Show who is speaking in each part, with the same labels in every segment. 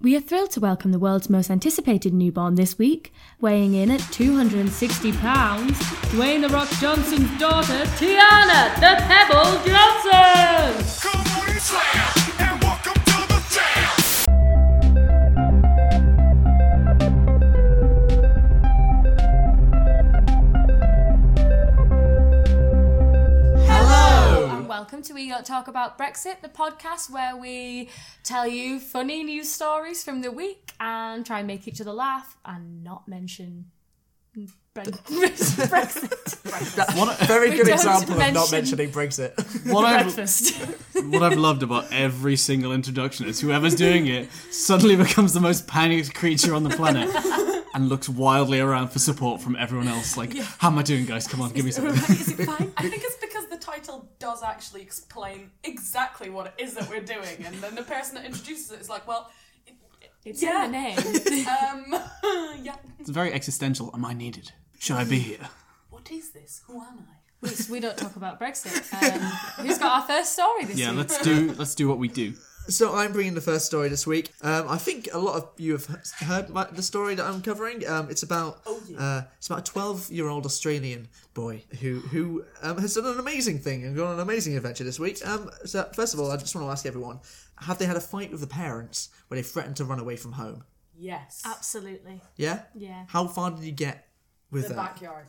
Speaker 1: We are thrilled to welcome the world's most anticipated newborn this week, weighing in at 260 pounds, Dwayne The Rock Johnson's daughter, Tiana The Pebble Johnson!
Speaker 2: Good morning, Slam, and welcome to the jam.
Speaker 3: And welcome to We Don't Talk About Brexit, the podcast where we tell you funny news stories from the week and try and make each other laugh and not mention Bre- Brexit.
Speaker 4: Very
Speaker 3: We
Speaker 4: good
Speaker 3: don't
Speaker 4: example of not
Speaker 3: mention-
Speaker 4: mentioning Brexit.
Speaker 5: What I've,
Speaker 3: Breakfast.
Speaker 5: what I've loved about every single introduction is whoever's doing it suddenly becomes the most panicked creature on the planet and looks wildly around for support from everyone else. Like, how am I doing, guys? Come on, give me something.
Speaker 6: I think it's because the title does actually explain exactly what it is that we're doing, and then the person that introduces it is like, well,
Speaker 3: It's
Speaker 6: Yeah.
Speaker 3: in the name.
Speaker 6: um, yeah,
Speaker 5: It's very existential. Am I needed? Should I be here?
Speaker 6: what is this? Who am I?
Speaker 3: It's We Don't Talk About Brexit. Um, who's got our first story this
Speaker 5: Yeah,
Speaker 3: week?
Speaker 5: let's do let's do what we do.
Speaker 4: so I'm bringing the first story this week. Um, I think a lot of you have he- heard my, the story that I'm covering. Um, it's about uh, it's about a 12 year old Australian boy who who um, has done an amazing thing and gone on an amazing adventure this week. Um, so first of all, I just want to ask everyone: Have they had a fight with the parents where they threatened to run away from home?
Speaker 6: Yes,
Speaker 3: Absolutely.
Speaker 4: Yeah.
Speaker 3: Yeah.
Speaker 4: How far did you get with
Speaker 6: the
Speaker 4: that?
Speaker 6: backyard.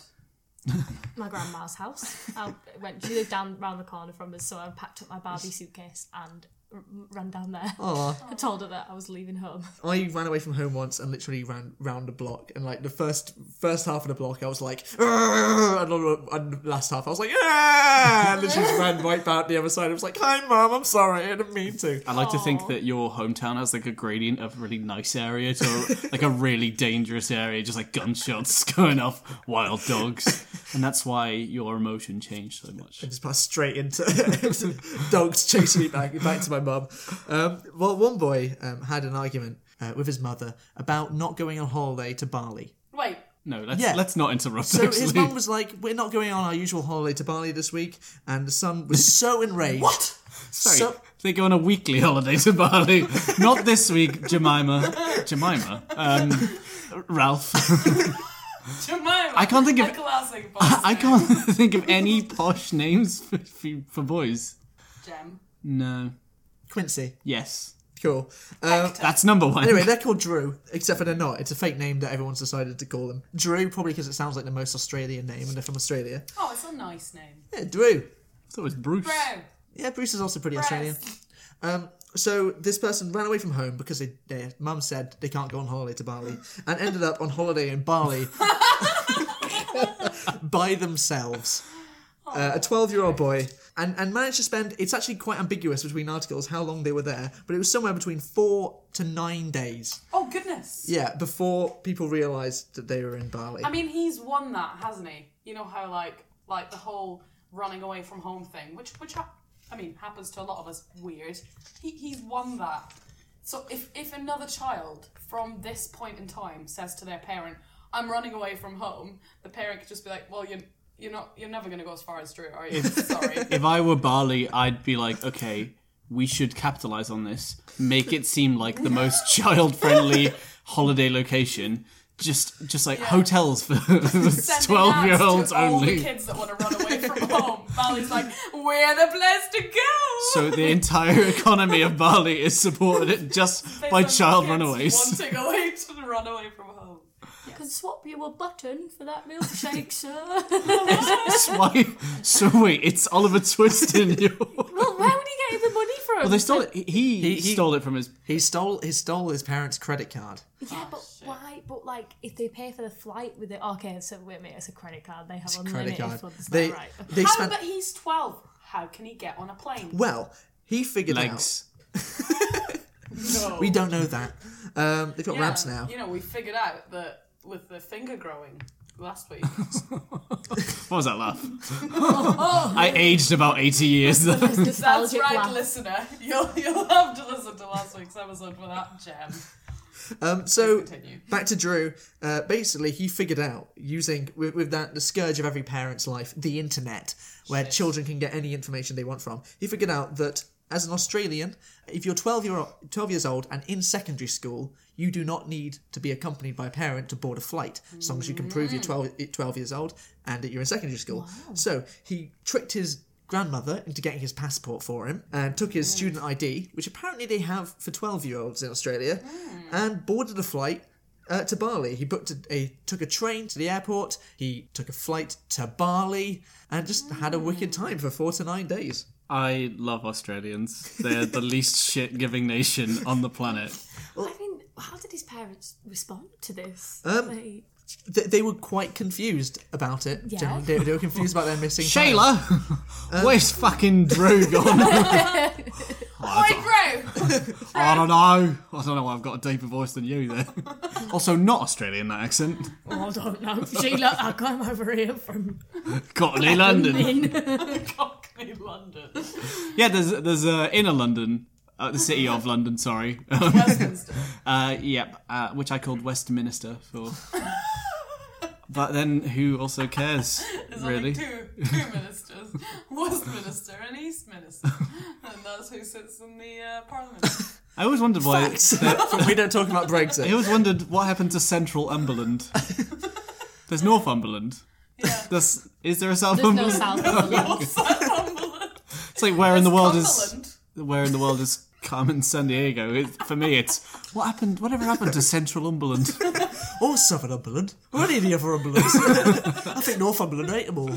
Speaker 3: My grandma's house. I went, she lived down round the corner from us, so I packed up my Barbie suitcase and r- ran down there. I told her that I was leaving home.
Speaker 4: I ran away from home once and literally ran round a block. And like the first first half of the block, I was like, "Argh," and, on the- on the last half, I was like, "Ah!" and literally just ran right back the other side. I was like, "Hi, mom, I'm sorry, I didn't mean to."
Speaker 5: I like to think that your hometown has like a gradient of really nice area to like a really dangerous area, just like gunshots going off, wild dogs, and that's why your emotion changed so much.
Speaker 4: just passed straight into dogs chasing me back back to my mum. Um, well, one boy um, had an argument uh, with his mother about not going on holiday to Bali.
Speaker 6: Wait,
Speaker 5: No, let's
Speaker 4: Yeah.
Speaker 5: let's not interrupt.
Speaker 4: So
Speaker 5: actually.
Speaker 4: his mum was like, "We're not going on our usual holiday to Bali this week," and the son was so enraged. What?
Speaker 5: Sorry,
Speaker 4: So,
Speaker 5: they go on a weekly holiday to Bali. Not this week, Jemima. Jemima. Um, Ralph.
Speaker 6: Jemima,
Speaker 5: I can't think of-
Speaker 6: a classic.
Speaker 5: I can't think of any posh names for, for, for boys.
Speaker 6: Gem.
Speaker 5: No.
Speaker 4: Quincy.
Speaker 5: Yes.
Speaker 4: Cool. Um,
Speaker 5: That's number one.
Speaker 4: anyway, they're called Drew, except for they're not. It's a fake name that everyone's decided to call them. Drew, probably because it sounds like the most Australian name, and they're from Australia.
Speaker 6: Oh, it's a nice name.
Speaker 4: Yeah, Drew.
Speaker 5: So it was Bruce.
Speaker 6: Bro,
Speaker 4: Yeah, Bruce is also pretty Australian. Um, so this person ran away from home because they, their mum said they can't go on holiday to Bali, and ended up on holiday in Bali by themselves. Uh, a 12 year old boy, and, and managed to spend, it's actually quite ambiguous between articles how long they were there, but it was somewhere between four to nine days.
Speaker 6: oh goodness.
Speaker 4: Yeah, before people realised that they were in Bali.
Speaker 6: I mean, he's won that, hasn't he? You know how like like the whole running away from home thing, which which hap- I mean happens to a lot of us. Weird. He, he's won that. So if if another child from this point in time says to their parent, "I'm running away from home," the parent could just be like, "Well, you." You're not. You're never going to go as far as Drew, are you? Sorry.
Speaker 5: If I were Bali, I'd be like, okay, we should capitalize on this, make it seem like the most child-friendly holiday location. Just, just like hotels for
Speaker 6: Sending
Speaker 5: twelve-year-olds
Speaker 6: ads to All the
Speaker 5: only.
Speaker 6: kids that want to run away from home. Bally's like, we're the place to go.
Speaker 5: So the entire economy of Bali is supported just
Speaker 6: Based
Speaker 5: by
Speaker 6: on
Speaker 5: child
Speaker 6: kids
Speaker 5: runaways.
Speaker 6: Wanting away to run away from home.
Speaker 3: Can swap you a button for that milkshake, sir.
Speaker 5: That's why. So wait, it's Oliver Twist in you.
Speaker 3: well, where would he get the money from?
Speaker 5: Well, they stole it. He,
Speaker 4: He- he-
Speaker 5: stole it from his.
Speaker 4: he stole he stole his parents' credit card.
Speaker 3: Yeah, but
Speaker 6: Oh,
Speaker 3: why? But like, if they pay for the flight with it, okay. So wait a minute, it's a credit card. They have
Speaker 4: Credit
Speaker 3: unlimited
Speaker 4: card.
Speaker 3: funds.
Speaker 4: They
Speaker 3: They, right.
Speaker 4: they
Speaker 6: How,
Speaker 4: spent
Speaker 6: but he's 12. How can he get on a plane?
Speaker 4: well. He figured
Speaker 5: Legs.
Speaker 6: No.
Speaker 4: out. We don't know that. Um, they've got ramps now.
Speaker 6: You know, we figured out that with the finger growing last week.
Speaker 5: What was that laugh? I aged about eighty years.
Speaker 6: That's
Speaker 3: Nostalgic
Speaker 6: right,
Speaker 3: laugh.
Speaker 6: listener. You'll, you'll have to listen to last week's episode for that gem.
Speaker 4: Um, so
Speaker 6: continue.
Speaker 4: back to Drew. Uh, basically, he figured out using with, with that the scourge of every parent's life, the internet, where children can get any information they want from. He figured out that as an Australian, if you're 12, year 12 years old and in secondary school, you do not need to be accompanied by a parent to board a flight, as long as you can prove you're 12, 12 years old and that you're in secondary school. So he tricked his grandmother into getting his passport for him and took his student ID, which apparently they have for 12 year olds in Australia, and boarded a flight. Uh, to Bali, he booked a, a took a train to the airport. He took a flight to Bali and just had a wicked time for four to nine days.
Speaker 5: I love Australians. They're the least shit giving nation on the planet.
Speaker 3: I mean, how did his parents respond to this? Like-
Speaker 4: th- they were quite confused about it.
Speaker 3: Yeah.
Speaker 4: Generally, They, they were confused about their missing child.
Speaker 5: Shayla!
Speaker 4: Uh,
Speaker 5: Where's fucking Drew gone? I
Speaker 6: Oi, Drew!
Speaker 5: don't know. I don't know why I've got a deeper voice than you there. Also, not Australian, that accent.
Speaker 1: I don't know. Sheila, I came over here from
Speaker 5: Cockney London.
Speaker 6: Cockney London.
Speaker 5: Yeah, there's there's uh, inner London, uh, the city of London. Sorry.
Speaker 6: Westminster.
Speaker 5: uh, yep, uh, which I called Westminster for. But then, who also cares,
Speaker 6: There's only
Speaker 5: really?
Speaker 6: two, two ministers. Westminster and Eastminster. And that's who sits in the uh, parliament.
Speaker 5: I always wondered why.
Speaker 4: we don't talk about
Speaker 5: I
Speaker 4: Brexit.
Speaker 5: always wondered what happened to Central Umberland. There's Northumberland.
Speaker 6: Yeah.
Speaker 5: There's, is there a South
Speaker 3: There's no
Speaker 5: Umberland?
Speaker 3: South Cumberland.
Speaker 6: Northumberland.
Speaker 5: It's like where in the world is
Speaker 6: Cumberland.
Speaker 5: where in the world is Carmen San Diego? It, for me, it's what happened. Whatever happened to Central Umberland?
Speaker 4: Or Southern Umberland. Or any of the other Umberlands. I think Northumberland ate them all.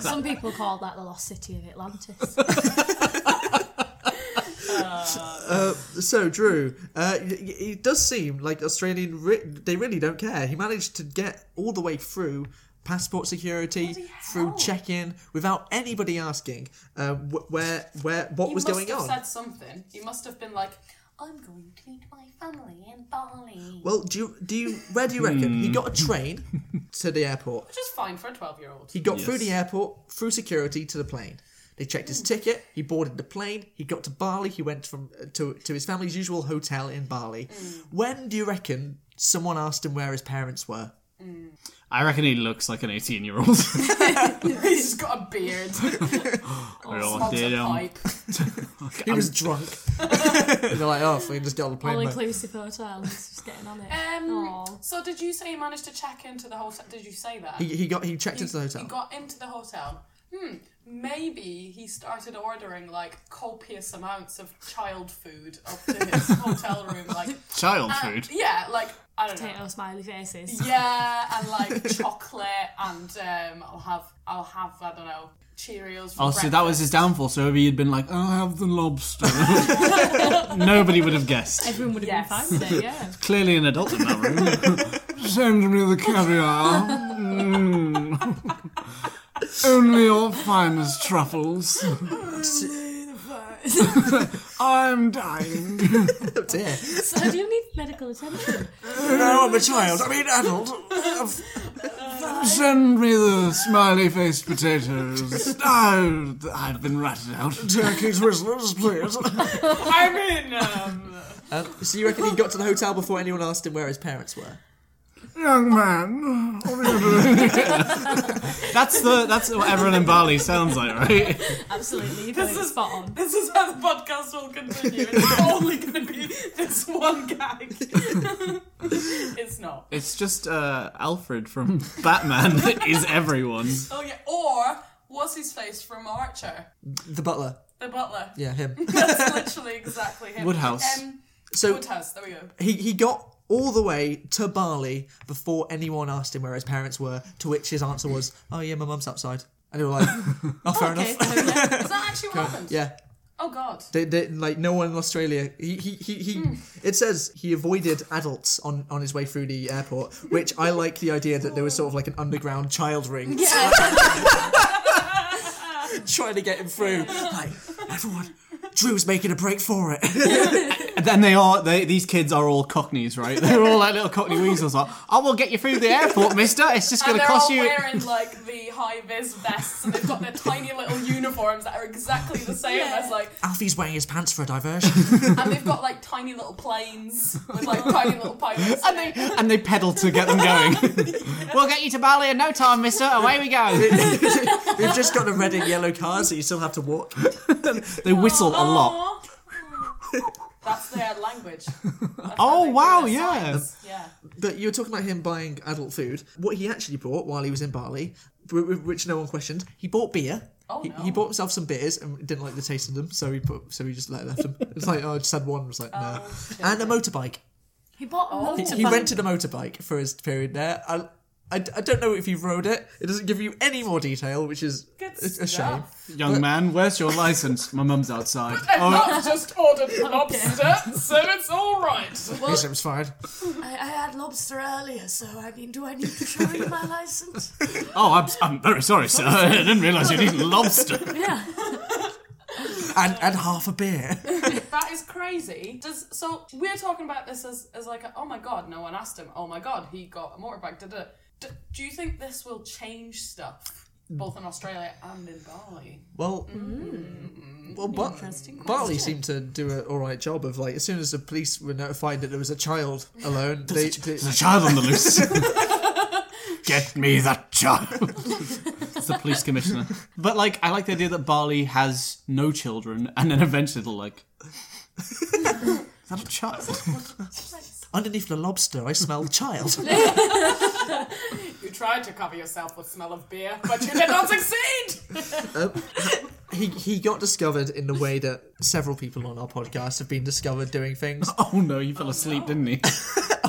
Speaker 3: Some people call that the lost city of Atlantis.
Speaker 4: So, Drew, uh, y- y- it does seem like Australian, re- they really don't care. He managed to get all the way through passport security, through check-in, without anybody asking uh, wh- where, where, what
Speaker 6: He
Speaker 4: was
Speaker 6: must
Speaker 4: going
Speaker 6: have
Speaker 4: on.
Speaker 6: said something. He must have been like, I'm going to meet my family in Bali.
Speaker 4: well, do you, do you, where do you reckon? he got a train to the airport.
Speaker 6: Which is fine for a 12 year old.
Speaker 4: He got through
Speaker 5: Yes.
Speaker 4: the airport, through security to the plane. They checked
Speaker 6: Hmm.
Speaker 4: his ticket. He boarded the plane. He got to Bali. He went from uh, to to his family's usual hotel in Bali.
Speaker 6: Hmm.
Speaker 4: When do you reckon someone asked him where his parents were?
Speaker 5: I reckon he looks like an 18 year old.
Speaker 6: He's just got a beard. or
Speaker 5: Oh,
Speaker 6: smokes a
Speaker 5: damn.
Speaker 6: pipe.
Speaker 4: He was drunk. and they're like, oh, we can just get on the
Speaker 3: All
Speaker 4: plane. back."
Speaker 3: inclusive hotels, just getting on it.
Speaker 6: Um,
Speaker 3: Aw.
Speaker 6: so did you say you managed to check into the hotel? Did you say that?
Speaker 4: He, he got he checked into the hotel.
Speaker 6: He got into the hotel. Hmm. Maybe he started ordering like copious amounts of child food up to his hotel room. Like
Speaker 5: Child
Speaker 6: uh,
Speaker 5: food.
Speaker 6: Yeah, like I don't know.
Speaker 3: Potato smiley faces.
Speaker 6: Yeah, and like chocolate, and um, I'll have I'll have I don't know Cheerios. For
Speaker 5: Oh, so that was his downfall. So if he had been like, "I'll have the lobster," nobody would have guessed.
Speaker 3: Everyone would have
Speaker 6: Yes.
Speaker 3: been fine with it, yeah.
Speaker 5: Clearly, an adult in that room. Send me the caviar. Mm. Only your finest truffles. I'm dying.
Speaker 4: Oh, dear.
Speaker 3: So do you need medical attention?
Speaker 4: no, I'm a child. I mean, adult. I've-
Speaker 5: Send me the smiley-faced potatoes. Oh, I've been ratted out.
Speaker 4: Turkey's whistlers, please.
Speaker 6: I mean, um,
Speaker 4: Um, so you reckon he got to the hotel before anyone asked him where his parents were?
Speaker 5: Young man, what are you doing? that's the that's what everyone in Bali sounds like, right?
Speaker 3: Absolutely, you've got it
Speaker 6: is-
Speaker 3: spot on.
Speaker 6: this is how the podcast will continue. It's only going to be this one gag. it's not.
Speaker 5: It's just uh, Alfred from Batman is everyone.
Speaker 6: Oh yeah, or was his face from Archer,
Speaker 4: The butler.
Speaker 6: the butler?
Speaker 4: Yeah, him.
Speaker 6: That's literally exactly him.
Speaker 5: Woodhouse.
Speaker 6: Um,
Speaker 4: So
Speaker 6: Woodhouse. There we go.
Speaker 4: he, he got all the way to Bali before anyone asked him where his parents were, to which his answer was, Oh, yeah, my mum's outside. And they were like, Oh, fair
Speaker 3: Okay,
Speaker 4: enough.
Speaker 3: so yeah.
Speaker 6: Is that actually what happened?
Speaker 4: Yeah.
Speaker 6: Oh god.
Speaker 4: They, they, like, no one in Australia. He, he, he, he It says he avoided adults on, on his way through the airport, which I like the idea that there was sort of like an underground child ring trying to get him through. Like, everyone, Drew's making a break for it.
Speaker 5: And then they are they, these kids are all cockneys, right? They're all like little cockney weasels. Like, I will get you through the airport, Mister. It's just going to
Speaker 6: And they're
Speaker 5: cost
Speaker 6: all
Speaker 5: you.
Speaker 6: wearing like the high vis vests, and they've got their tiny little uniforms that are exactly the same as like,
Speaker 4: Alfie's wearing his pants for a diversion.
Speaker 6: and they've got like tiny little planes with like tiny little pilots. And they
Speaker 5: And they pedal to get them going. we'll get you to Bali in no time, Mister. Away we go.
Speaker 4: We've just got the red and yellow cars that you still have to walk.
Speaker 5: They whistle a lot.
Speaker 6: That's their language.
Speaker 5: Oh wow,
Speaker 6: their
Speaker 5: yeah.
Speaker 6: signs. Yeah.
Speaker 4: But you were talking about him buying adult food. What he actually bought while he was in Bali, wh- wh- which no one questioned, he bought beer.
Speaker 6: Oh,
Speaker 4: he,
Speaker 6: no.
Speaker 4: he bought himself some beers and didn't like the taste of them, so he put, so he just like left them. It's like oh, I just had one. Was like no, and a motorbike.
Speaker 3: Oh. He bought a motorbike.
Speaker 4: He rented a motorbike for his period there. I, I, I don't know if he rode it. It doesn't give you any more detail, which is
Speaker 6: Good
Speaker 4: a, a shame.
Speaker 6: stuff.
Speaker 5: Young man, where's your license? My mum's outside.
Speaker 6: And that's just ordered lobster, so it's all right.
Speaker 4: He seems fine.
Speaker 3: I, I had lobster earlier, so I mean, do I need to show you my license?
Speaker 5: Oh, I'm, I'm very sorry, sir. I didn't realise you'd eat lobster.
Speaker 3: Yeah.
Speaker 4: And and half a beer.
Speaker 6: That is crazy. Does so we're talking about this as, as like a, oh my god, no one asked him. Oh my god, he got a motorbike. Da, da. D- do you think this will change stuff both in Australia and in Bali?
Speaker 4: Well, well, Bar- Barley seemed to do an all right job of like as soon as the police were notified that there was a child alone, they, they-
Speaker 5: There's a child on the loose. Get me that child. it's the police commissioner. But like, I like the idea that Barley has no children, and then eventually it'll like. Is that a child?
Speaker 4: underneath the lobster I smelled child.
Speaker 6: You tried to cover yourself with smell of beer, but you did not succeed.
Speaker 4: he he got discovered in the way that several people on our podcast have been discovered doing things.
Speaker 5: Oh no, you fell asleep, didn't he?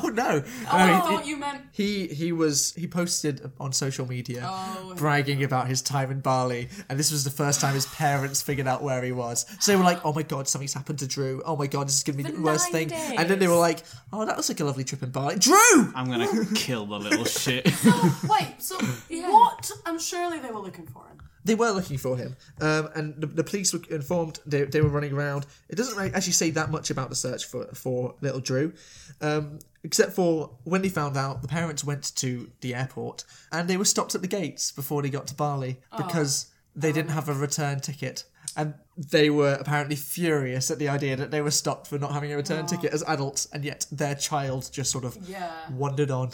Speaker 4: Oh no!
Speaker 6: I
Speaker 4: No, he-
Speaker 6: thought you meant
Speaker 4: He he was he posted on social media bragging about his time in Bali, and this was the first time his parents figured out where he was. So they were like, "Oh my god, something's happened to Drew. Oh my god, this is gonna be the worst thing."
Speaker 3: nine
Speaker 4: And then they were like, "Oh, that was like a lovely trip in Bali, Drew."
Speaker 5: I'm gonna kill the little shit.
Speaker 6: wait. So what? And surely they were looking for him.
Speaker 4: They were looking for him, um, and the, the police were informed. They, they were running around. It doesn't really actually say that much about the search for for little Drew, um, except for when they found out, the parents went to the airport and they were stopped at the gates before they got to Bali because they didn't have a return ticket. And they were apparently furious at the idea that they were stopped for not having a return ticket as adults, and yet their child just sort of
Speaker 6: Yeah.
Speaker 4: wandered on.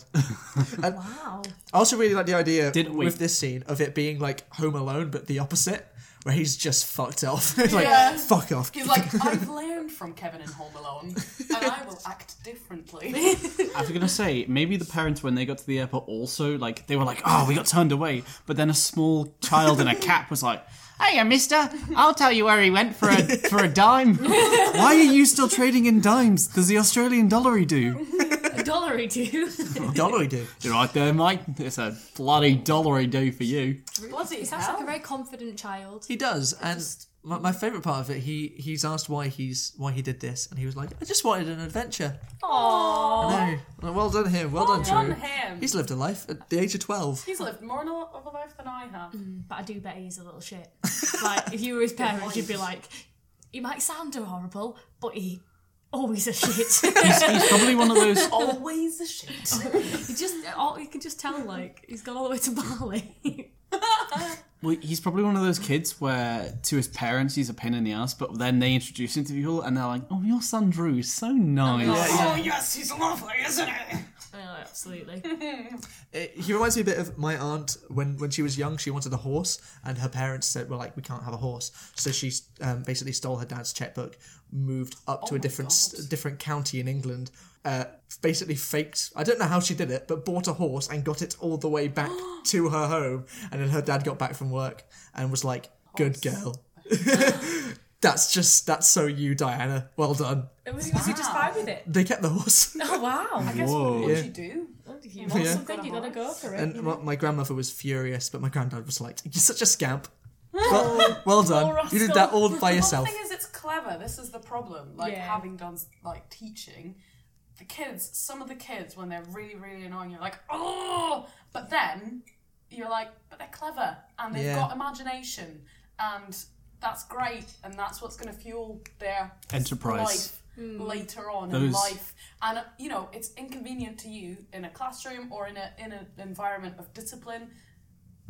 Speaker 3: Wow.
Speaker 4: I also really like the idea
Speaker 5: Did we-
Speaker 4: with this scene of it being like Home Alone, but the opposite, where he's just fucked off. It's like,
Speaker 6: Yeah.
Speaker 4: fuck off.
Speaker 6: He's like, I've learned from Kevin in Home Alone, and I will act differently.
Speaker 5: I was gonna say maybe the parents when they got to the airport also like they were like, oh, we got turned away, but then a small child in a cap was like. Hey, Mister! I'll tell you where he went for a for a dime. Why are you still trading in dimes? Does the Australian dollary do?
Speaker 3: A dollar he do.
Speaker 4: Dolly do.
Speaker 5: You're right there, Mike. It's a bloody dollary do for you.
Speaker 6: Bloody
Speaker 3: He sounds like a
Speaker 6: hell.
Speaker 3: very confident child.
Speaker 4: He does, and my, my favorite part of it, he he's asked why he's why he did this, and he was like, I just wanted an adventure.
Speaker 3: Aww.
Speaker 4: No, well, well done him. Well,
Speaker 6: Well
Speaker 4: done,
Speaker 6: done
Speaker 4: Drew.
Speaker 6: him.
Speaker 4: He's lived a life at the age of twelve.
Speaker 6: He's lived more of a life than I have.
Speaker 3: But I do bet he's a little shit. Like, if you were his parents, you'd be like, he might sound horrible, but he always a shit.
Speaker 5: He's, he's probably one of those.
Speaker 6: Always a shit.
Speaker 3: he just, all, you can just tell, like, he's gone all the way to Bali.
Speaker 5: Well, he's probably one of those kids where to his parents he's a pain in the ass, but then they introduce him to people and they're like, "Oh, your son Drew is so nice."
Speaker 6: Oh yes, he's lovely, isn't he?
Speaker 3: Oh, absolutely.
Speaker 4: Uh, He reminds me a bit of my aunt when, when she was young. She wanted a horse, and her parents said, "Well, like we can't have a horse." So she um, basically stole her dad's checkbook, moved up to a different s- different county in England. Uh, basically faked. I don't know how she did it, but bought a horse and got it all the way back to her home. And then her dad got back from work and was like, "Good girl." that's just that's so you, Diana. Well done.
Speaker 3: was, he just fine with it?
Speaker 4: They kept the horse.
Speaker 3: Oh, wow.
Speaker 6: Guess
Speaker 5: Whoa.
Speaker 6: what would you do?
Speaker 3: If you want
Speaker 4: Yeah.
Speaker 3: something, you gotta go for it.
Speaker 4: And my, my grandmother was furious, but my granddad was like, "You're such a scamp." Well, well done. You did that all by yourself.
Speaker 6: The thing is, it's clever. This is the problem. Like
Speaker 3: Yeah.
Speaker 6: having done like teaching, the kids. Some of the kids, when they're really, really annoying, you're like, oh. But then you're like, but they're clever and they've
Speaker 4: Yeah.
Speaker 6: got imagination, and that's great, and that's what's going to fuel their
Speaker 5: Enterprise.
Speaker 6: life. later on in
Speaker 5: Those-
Speaker 6: life. And uh, you know, it's inconvenient to you in a classroom or in a in an environment of discipline,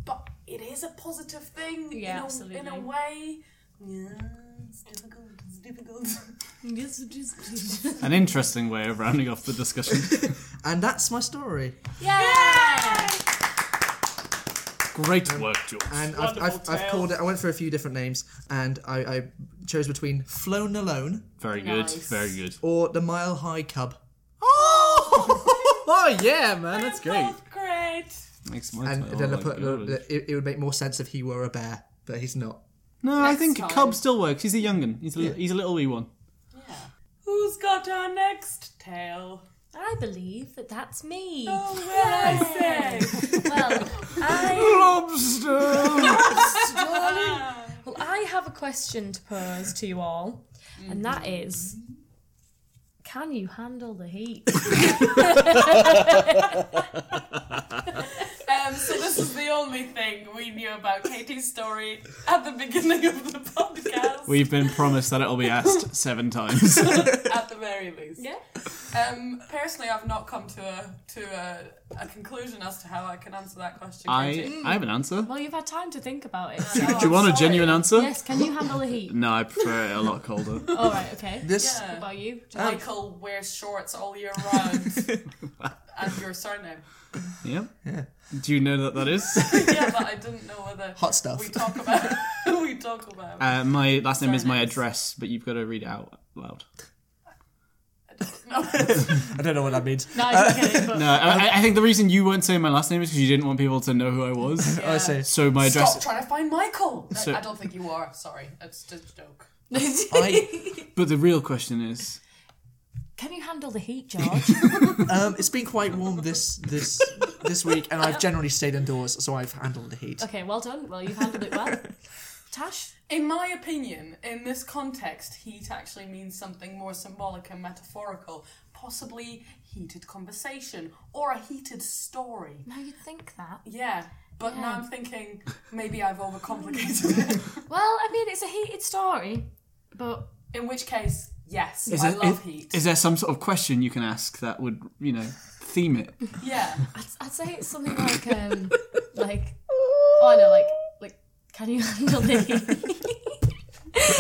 Speaker 6: but it is a positive thing.
Speaker 3: Yeah,
Speaker 6: in a,
Speaker 3: absolutely.
Speaker 6: In a way, yeah, it's difficult. It's difficult.
Speaker 5: An interesting way of rounding off the discussion.
Speaker 4: And that's my story.
Speaker 3: yeah.
Speaker 5: Great work, George.
Speaker 4: And I've, I've,
Speaker 6: Wonderful
Speaker 4: I've
Speaker 6: tale.
Speaker 4: called it. I went for a few different names, and I, I chose between Flown Alone
Speaker 5: very good.
Speaker 6: Nice.
Speaker 5: Very good.
Speaker 4: or the Mile High Cub. Oh, yeah, man, that's great.
Speaker 6: Both great.
Speaker 5: Makes Oh my
Speaker 4: And
Speaker 5: title
Speaker 4: then I
Speaker 5: like
Speaker 4: put the,
Speaker 5: yours.
Speaker 4: the- it, it would make more sense if he were a bear, but he's not.
Speaker 5: No, I think
Speaker 6: time.
Speaker 5: Cub still works. He's a young'un. He's a, li- he's a little wee one.
Speaker 6: Who's got our next tale?
Speaker 3: I believe that that's me.
Speaker 6: Oh, well, I say.
Speaker 3: Well, I,
Speaker 5: Lobster.
Speaker 3: well, I have a question to pose to you all, and that is can you handle the heat?
Speaker 6: Um, so this is the only thing we knew about Katie's story at the beginning of the podcast,
Speaker 5: We've been promised that it'll be asked seven times.
Speaker 6: at the very least. Um, personally, I've not come to a to a, a conclusion as to how I can answer that question.
Speaker 5: I
Speaker 6: Katie.
Speaker 5: I have an answer.
Speaker 3: Well, you've had time to think about it.
Speaker 6: Uh,
Speaker 5: Do you want a genuine answer?
Speaker 3: yes, can you handle the heat?
Speaker 5: No, I prefer it a lot colder.
Speaker 3: All right, okay.
Speaker 4: This
Speaker 3: What
Speaker 6: Yeah.
Speaker 3: about you?
Speaker 6: Michael wears shorts all year round, and your surname.
Speaker 5: Yeah. Do you know that that is?
Speaker 6: Yeah, but I didn't know whether
Speaker 4: hot stuff.
Speaker 6: we talk about we talk about.
Speaker 5: Uh, my last name is my
Speaker 6: Surnames.
Speaker 5: address, but you've got to read it out loud.
Speaker 6: no.
Speaker 4: I don't know what that means.
Speaker 3: No, I didn't get it, but
Speaker 5: No, I, I- I think the reason you weren't saying my last name is because you didn't want people to know who I was.
Speaker 4: Oh, I say
Speaker 5: So my address.
Speaker 6: Stop trying to find Michael. No,
Speaker 5: So-
Speaker 6: I don't think you are. Sorry, it's just a joke.
Speaker 4: I,
Speaker 5: But the real question is,
Speaker 3: can you handle the heat, George?
Speaker 4: um, it's been quite warm this this this week, and I've generally stayed indoors, so I've handled the heat.
Speaker 3: Okay, well done. Well, you've handled it well. Tash?
Speaker 6: In my opinion, in this context, heat actually means something more symbolic and metaphorical, possibly heated conversation or a heated story.
Speaker 3: No, you'd think that.
Speaker 6: Yeah, but now I'm thinking maybe I've overcomplicated it.
Speaker 3: Well, I mean, it's a heated story, but
Speaker 6: In which case, yes,
Speaker 5: is
Speaker 6: I
Speaker 5: there- is-
Speaker 6: love heat.
Speaker 5: is there some sort of question you can ask that would, you know, theme it?
Speaker 6: yeah,
Speaker 3: I'd, I'd say it's something like, um, like, oh, I know, like, like, can you handle the heat?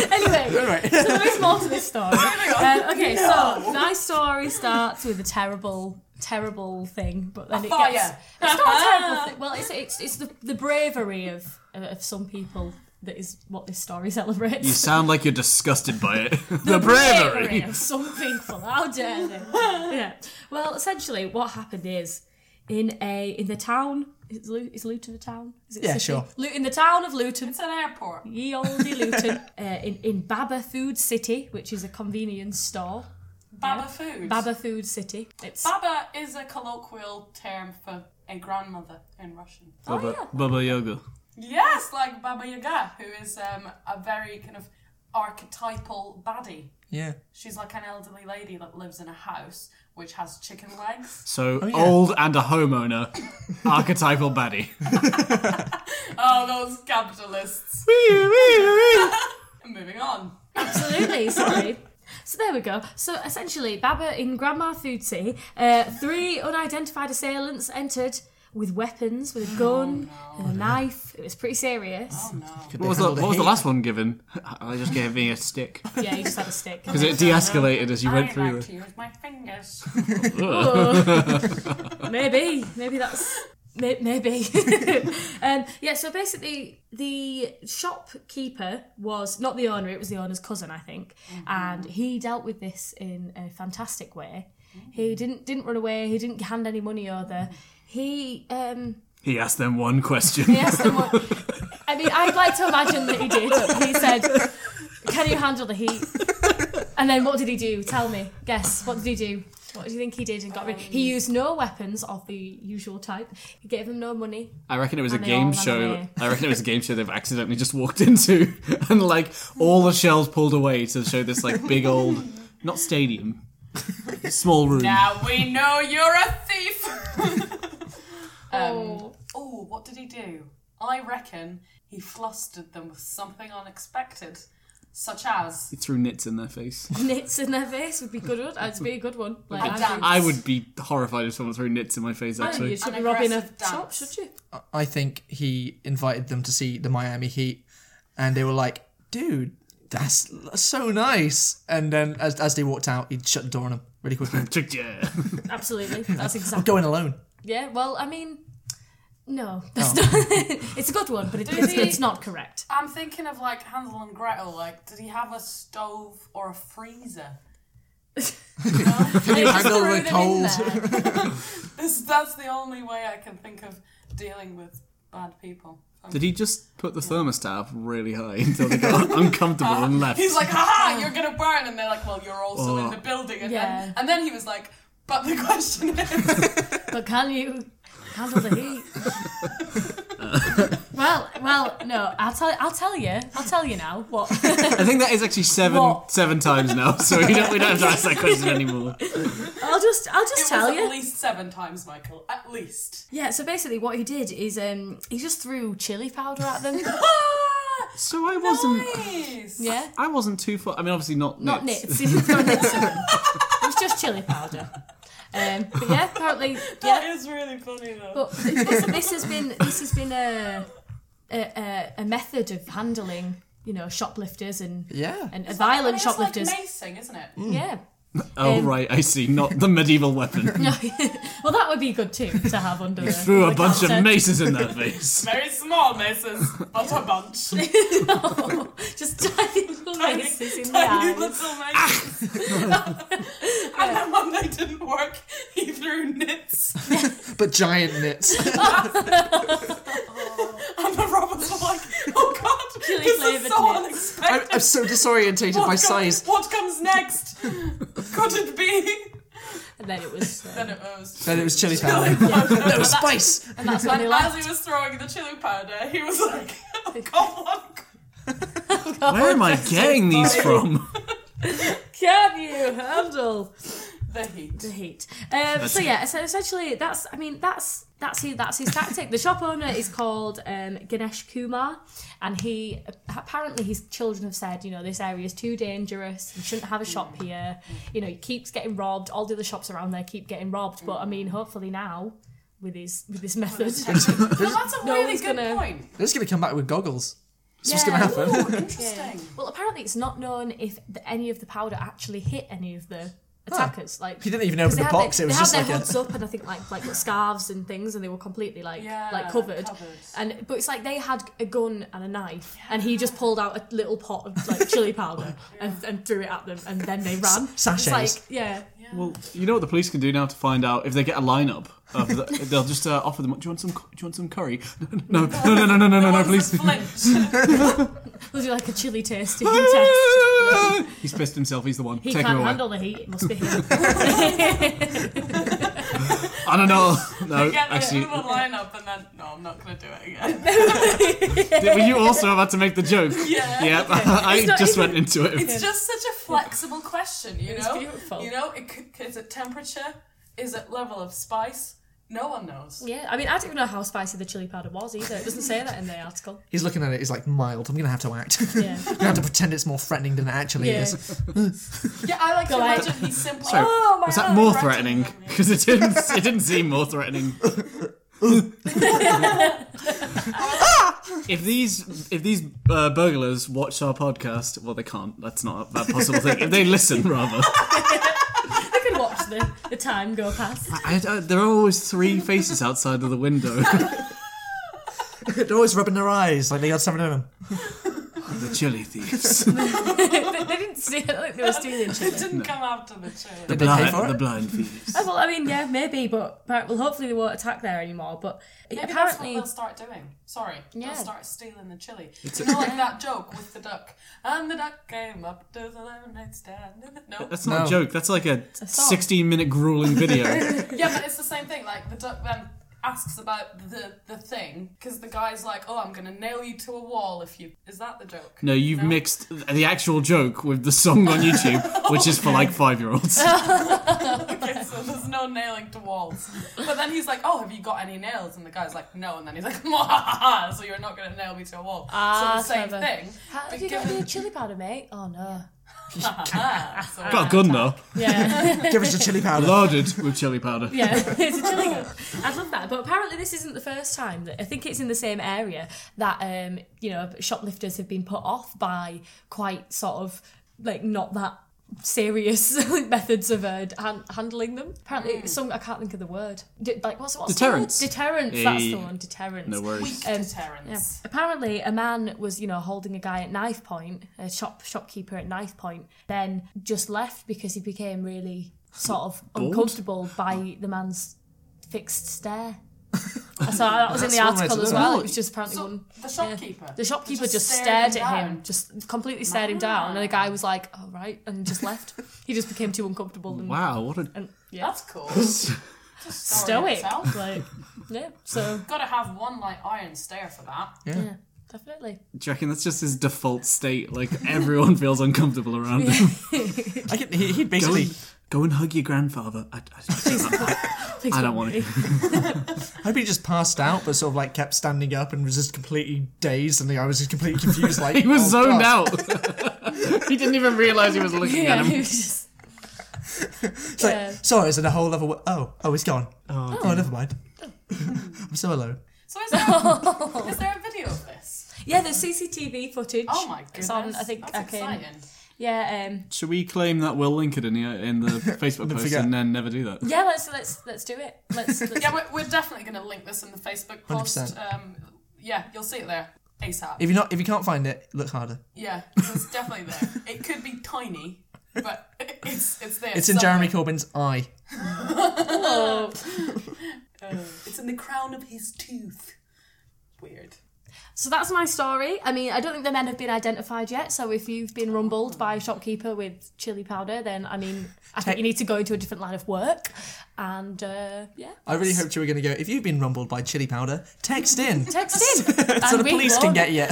Speaker 3: anyway, so there is more to this story. Uh, okay, so my story starts with a terrible, terrible thing, but then it
Speaker 6: fire.
Speaker 3: gets. It's not a terrible thing. Well, it's it's, it's the, the bravery of of some people that is what this story celebrates.
Speaker 5: You sound like you're disgusted by it. the bravery.
Speaker 3: of some people. How dare they? yeah. Well, essentially, what happened is in a in the town is, Lu- is Luton a town? Is it a
Speaker 4: Yeah,
Speaker 3: city?
Speaker 4: sure.
Speaker 3: Lu- in the town of Luton,
Speaker 6: it's an airport.
Speaker 3: ye olde Luton, uh, in in Baba Food City, which is a convenience store.
Speaker 6: Baba food.
Speaker 3: Baba Food City. It's
Speaker 6: Baba is a colloquial term for a grandmother in Russian.
Speaker 5: Baba,
Speaker 3: yeah.
Speaker 5: Baba Yaga.
Speaker 6: Yes, like Baba Yaga, who is um, a very kind of archetypal baddie.
Speaker 4: Yeah.
Speaker 6: She's like an elderly lady that lives in a house which has chicken legs.
Speaker 5: So
Speaker 4: yeah.
Speaker 5: old and a homeowner, archetypal baddie.
Speaker 6: Oh, those capitalists. Moving on.
Speaker 3: absolutely sorry. So there we go. So essentially, Baba in Grandma Food City, uh, three unidentified assailants entered with weapons, with a gun and a knife. It was pretty serious.
Speaker 5: what was, the, what was the last one given? I just gave me a stick.
Speaker 3: Yeah, you just had a stick.
Speaker 5: Because it de escalated as you went
Speaker 6: I
Speaker 5: through
Speaker 6: like
Speaker 5: it.
Speaker 6: to use my fingers.
Speaker 3: maybe, maybe that's may- maybe. um, yeah. So basically, the shopkeeper was not the owner; it was the owner's cousin, I think, and he dealt with this in a fantastic way. He didn't didn't run away. He didn't hand any money over. He um,
Speaker 5: He asked them one question.
Speaker 3: he asked them what. I mean, I'd like to imagine that he did. He said, "Can you handle the heat?" And then what did he do? Tell me. Guess. What did he do? What do you think he did and got rid? He
Speaker 4: Um,
Speaker 3: used no weapons of the usual type. He gave him no money.
Speaker 5: I reckon it was a
Speaker 3: And they
Speaker 5: game
Speaker 3: all ran
Speaker 5: show.
Speaker 3: away.
Speaker 5: I reckon it was a game show they've accidentally just walked into, and like all the shells pulled away to show this like big old, not stadium, small room.
Speaker 6: now we know you're a thief.
Speaker 3: Um,
Speaker 6: oh, what did he do? I reckon he flustered them with something unexpected. such as
Speaker 5: He threw nits in their face.
Speaker 3: Nits in their face would be good. Would I'd be a good one. Like
Speaker 6: A
Speaker 3: I,
Speaker 6: dance.
Speaker 5: I would be horrified if someone threw nits in my face,
Speaker 3: think you
Speaker 5: actually.
Speaker 3: should be
Speaker 6: An
Speaker 3: robbing a
Speaker 6: aggressive dance.
Speaker 3: shop, should you?
Speaker 4: I think he invited them to see the Miami Heat, and they were like, "Dude, that's so nice." And then as, as they walked out, he shut the door on them really quickly.
Speaker 5: Tricked ya.
Speaker 3: Absolutely. That's
Speaker 4: I'm
Speaker 3: exactly.
Speaker 4: going alone.
Speaker 3: Yeah. Well, I mean, no,
Speaker 4: Oh.
Speaker 3: that's not. it's a good one, but it,
Speaker 6: Does
Speaker 3: it's,
Speaker 6: he-
Speaker 3: it's not correct.
Speaker 6: I'm thinking of like Hansel and Gretel. Like, did he have a stove or a freezer?
Speaker 4: Can you
Speaker 6: They just
Speaker 4: handle
Speaker 6: threw
Speaker 4: the
Speaker 6: them
Speaker 4: cold?
Speaker 6: in there. This- that's the only way I can think of dealing with bad people.
Speaker 5: Did he just put the thermostat up really high until they got uncomfortable and left?
Speaker 6: He's like, "Ha ha, you're gonna burn," and they're like, "Well, you're also
Speaker 5: Oh.
Speaker 6: in the building." And,
Speaker 3: Yeah.
Speaker 6: then, and then he was like, "But the question is,
Speaker 3: But can you handle the heat? well, well, no. I'll tell. I'll tell you. I'll tell you now. What?
Speaker 5: I think that is actually seven
Speaker 3: What?
Speaker 5: seven times now, so we don't, we don't have to ask that question anymore.
Speaker 3: I'll just. I'll just
Speaker 6: it
Speaker 3: tell
Speaker 6: was
Speaker 3: you.
Speaker 6: at least seven times, Michael. At least."
Speaker 3: Yeah. So basically, what he did is um he just threw chili powder at them.
Speaker 5: So I wasn't.
Speaker 6: Nice.
Speaker 3: yeah.
Speaker 5: I wasn't too far. I mean, obviously not.
Speaker 3: Not
Speaker 5: nits.
Speaker 3: nits. He didn't throw nits at them. It was just chili powder. Um, but yeah, apparently, yeah.
Speaker 6: That is really funny though.
Speaker 3: But this, this has been this has been a, a a a method of handling, you know, shoplifters and
Speaker 4: Yeah.
Speaker 3: and
Speaker 6: I mean,
Speaker 3: violent
Speaker 6: it's
Speaker 3: shoplifters.
Speaker 6: like macing, isn't it?
Speaker 3: yeah.
Speaker 5: Oh
Speaker 3: Um,
Speaker 5: right, I see. Not the medieval weapon.
Speaker 3: No. well, that would be good too to have under the
Speaker 5: Threw a
Speaker 3: the
Speaker 5: bunch of
Speaker 3: counter.
Speaker 5: maces in their face.
Speaker 6: Very small maces, but a bunch.
Speaker 3: No, just tiny little maces in the
Speaker 6: Tiny
Speaker 3: eyes.
Speaker 6: little maces. and then when they didn't work, he threw nits.
Speaker 4: But giant nits.
Speaker 6: And the robbers were like, oh god,
Speaker 3: Chili
Speaker 6: this
Speaker 3: flavoured
Speaker 6: is so
Speaker 3: nits.
Speaker 4: I'm,
Speaker 6: unexpected.
Speaker 4: I'm so disorientated
Speaker 3: Oh,
Speaker 6: what,
Speaker 4: by
Speaker 6: com-
Speaker 4: size.
Speaker 6: what comes next? Could it be?
Speaker 3: And then it was. uh,
Speaker 6: Then it was.
Speaker 4: Then it was chili powder. no spice.
Speaker 3: and that's when
Speaker 6: And
Speaker 3: they
Speaker 6: as
Speaker 3: left.
Speaker 6: he was throwing the chili powder, he was like, oh god,
Speaker 5: Where am I getting these from?
Speaker 3: Can you handle
Speaker 6: the heat.
Speaker 3: the heat? Um, so yeah, so essentially, that's. I mean, that's. That's his, that's his tactic. The shop owner is called um, Ganesh Kumar, and he apparently his children have said, you know, this area is too dangerous. You shouldn't have a shop here. You know, he keeps getting robbed. All the other shops around there keep getting robbed. But I mean, hopefully now with his with this method,
Speaker 6: Well, that's a
Speaker 3: No
Speaker 6: really
Speaker 3: one's
Speaker 6: good
Speaker 3: gonna-
Speaker 6: point.
Speaker 4: They're just gonna come back with goggles. That's what's
Speaker 3: Yeah.
Speaker 4: gonna happen.
Speaker 6: Ooh, interesting.
Speaker 3: Well, apparently it's not known if the, any of the powder actually hit any of the attackers. Like
Speaker 4: He didn't even
Speaker 3: 'cause
Speaker 4: open
Speaker 3: they
Speaker 4: the
Speaker 3: had
Speaker 4: box.
Speaker 3: Their,
Speaker 4: it was
Speaker 3: they
Speaker 4: just
Speaker 3: had
Speaker 4: like
Speaker 3: their
Speaker 4: a.
Speaker 3: hoods up, and I think like like with scarves and things, and they were completely like
Speaker 6: Yeah,
Speaker 3: like covered.
Speaker 6: covered.
Speaker 3: And but it's like they had a gun and a knife, and he just pulled out a little pot of like chili powder and, and threw it at them, and then they ran.
Speaker 4: sachets.
Speaker 3: It's like yeah,
Speaker 5: Well, you know what the police can do now to find out if they get a lineup. Of the, they'll just uh, offer them. Do you want some? cu- Do you want some curry? No, no, no, no, no, no, no, no
Speaker 6: Once
Speaker 5: please.
Speaker 6: it flinched.
Speaker 3: we'll do like a chili tasting test.
Speaker 5: He's pissed himself. He's the one.
Speaker 3: He
Speaker 5: Take him
Speaker 3: can't
Speaker 5: away.
Speaker 3: handle the heat. It must be him.
Speaker 5: I don't know. No,
Speaker 6: Get the
Speaker 5: actually,
Speaker 6: Uber lineup and then no, I'm not gonna do it again.
Speaker 5: were you also about to make the joke? Yeah. I
Speaker 3: not
Speaker 5: just
Speaker 3: even-
Speaker 5: went into it.
Speaker 6: It's just such a flexible question, you
Speaker 3: It's
Speaker 6: know.
Speaker 3: beautiful.
Speaker 6: You know, it could, is it temperature? Is it level of spice? No one knows.
Speaker 3: Yeah, I mean, I don't even know how spicy the chili powder was either. It doesn't say that in the article.
Speaker 4: He's looking at it. He's like, mild. I'm gonna have to act. I'm
Speaker 3: Yeah.
Speaker 4: gonna have to pretend it's more threatening than it actually
Speaker 3: Yeah.
Speaker 4: is.
Speaker 6: Yeah, I like to
Speaker 3: Go ahead.
Speaker 6: imagine he's simply.
Speaker 5: Sorry,
Speaker 6: oh my
Speaker 5: Was
Speaker 6: God,
Speaker 5: that more
Speaker 6: I'm
Speaker 5: threatening?
Speaker 6: rattled on you."
Speaker 5: Because it didn't. It didn't seem more threatening. if these if these uh, burglars watch our podcast, well, they can't. That's not that possible thing. If they listen, rather,
Speaker 3: I can watch the, the time go past.
Speaker 5: I, I- there are always three faces outside of the window.
Speaker 4: They're always rubbing their eyes like they got something in them.
Speaker 5: the chili thieves,
Speaker 3: they, they didn't see it like they were stealing
Speaker 6: It
Speaker 3: chili.
Speaker 6: didn't come after the chili.
Speaker 5: the
Speaker 4: they pay
Speaker 5: blind,
Speaker 4: for it?
Speaker 5: the blind thieves.
Speaker 3: Oh, well, I mean, yeah, maybe, but appar- well, hopefully they won't attack there anymore. But
Speaker 6: Maybe
Speaker 3: apparently,
Speaker 6: that's what they'll start doing. Sorry,
Speaker 3: Yeah.
Speaker 6: they'll start stealing the chili. you know, like that joke with the duck. And the duck came up to the lemonade stand. No,
Speaker 5: That's not
Speaker 4: No.
Speaker 5: a joke. That's like a,
Speaker 3: song.
Speaker 5: sixteen-minute grueling video.
Speaker 6: yeah, but it's the same thing. Like the duck then asks about the the thing because the guy's like, "Oh, I'm gonna nail you to a wall if you." Is that the joke?
Speaker 5: No, you've
Speaker 6: No.
Speaker 5: mixed the actual joke with the song on YouTube, which is for like five-year-olds.
Speaker 6: Okay, so so there's no nailing to walls. But then he's like, "Oh, have you got any nails?" And the guy's like, "No." And then he's like, "Mwahaha, "So you're not gonna nail me to a wall."
Speaker 3: Ah,
Speaker 6: so the same
Speaker 3: clever.
Speaker 6: thing.
Speaker 3: How,
Speaker 6: but
Speaker 3: have you got
Speaker 6: given-
Speaker 3: any chili powder, mate? Oh no.
Speaker 6: Ah, so-
Speaker 5: Got a gun though,
Speaker 3: Yeah,
Speaker 4: Give us your chili powder.
Speaker 5: loaded with chili powder.
Speaker 3: yeah. it's a chili gun. I'd love that. But apparently, this isn't the first time that I think it's in the same area that um, you know shoplifters have been put off by quite sort of like not that serious methods of uh, han- handling them. Apparently, some I can't think of the word. De- like what's what's
Speaker 5: Deterrence.
Speaker 3: The word? Deterrence. That's the
Speaker 5: Eh,
Speaker 3: one. Deterrence.
Speaker 5: No worries.
Speaker 6: Weak
Speaker 3: Um, Yeah.
Speaker 6: deterrence.
Speaker 3: Apparently, a man was, you know, holding a guy at knife point, a shop shopkeeper at knife point, then just left because he became really sort of uncomfortable by the man's fixed stare. so that was in
Speaker 4: That's
Speaker 3: the
Speaker 4: one way
Speaker 3: article
Speaker 4: to
Speaker 3: as
Speaker 4: do it.
Speaker 3: well. It was just apparently
Speaker 6: So
Speaker 3: one.
Speaker 6: the shopkeeper.
Speaker 3: The shopkeeper just,
Speaker 6: just
Speaker 3: stared,
Speaker 6: stared him
Speaker 3: at him,
Speaker 6: down.
Speaker 3: just completely stared him down, and the guy was like, "All right," and just left. he just became too uncomfortable and,
Speaker 5: Wow, what a
Speaker 3: and yeah,
Speaker 6: That's cool. Just staring
Speaker 3: stoic.
Speaker 6: itself.
Speaker 3: Like, yeah, so
Speaker 6: Gotta have one like iron stare for that.
Speaker 3: yeah, definitely.
Speaker 5: Do you reckon that's just his default state? Like everyone feels uncomfortable around him.
Speaker 4: I can, he, he
Speaker 5: Go
Speaker 4: basically.
Speaker 5: and, go and hug your grandfather. I, I,
Speaker 3: Please
Speaker 5: I don't want
Speaker 3: be.
Speaker 5: to.
Speaker 4: I hope he just passed out, but sort of like kept standing up and was just completely dazed, and I was just completely confused. Like
Speaker 5: He was
Speaker 4: oh,
Speaker 5: zoned
Speaker 4: God.
Speaker 5: out. he didn't even realize he was looking
Speaker 3: Yeah,
Speaker 5: at
Speaker 3: he
Speaker 5: him.
Speaker 3: was just.
Speaker 4: It's like,
Speaker 3: Yeah.
Speaker 4: sorry, it's in a whole other. wo- Oh, oh, he's gone. Oh, never mind. I'm so alone.
Speaker 6: So is there, is there a video of this?
Speaker 3: Yeah, there's CCTV footage.
Speaker 6: Oh my goodness!
Speaker 3: It's on, I think
Speaker 6: That's
Speaker 3: I can.
Speaker 6: exciting.
Speaker 3: Yeah, um,
Speaker 5: Should we claim that we'll link it in the in the Facebook post
Speaker 4: forget.
Speaker 5: and then never do that?
Speaker 3: yeah. Let's let's let's do it. Let's. let's
Speaker 6: Yeah, we're, we're definitely going to link this in the Facebook post.
Speaker 4: 100%.
Speaker 6: Um, yeah, you'll see it there ASAP.
Speaker 4: If you are not, if you can't find it, look harder.
Speaker 6: yeah, it's definitely there. It could be tiny, but it's it's there.
Speaker 4: It's in Jeremy
Speaker 6: somewhere.
Speaker 4: Corbyn's eye.
Speaker 3: Oh.
Speaker 6: It's in the crown of his tooth. Weird.
Speaker 3: So that's my story. I mean, I don't think the men have been identified yet. So if you've been rumbled by a shopkeeper with chili powder, then I mean, I think you need to go into a different line of work. And uh, yeah,
Speaker 4: I really hoped you were going to go. If you've been rumbled by chili powder, text in so
Speaker 3: text in.
Speaker 4: the police can get you.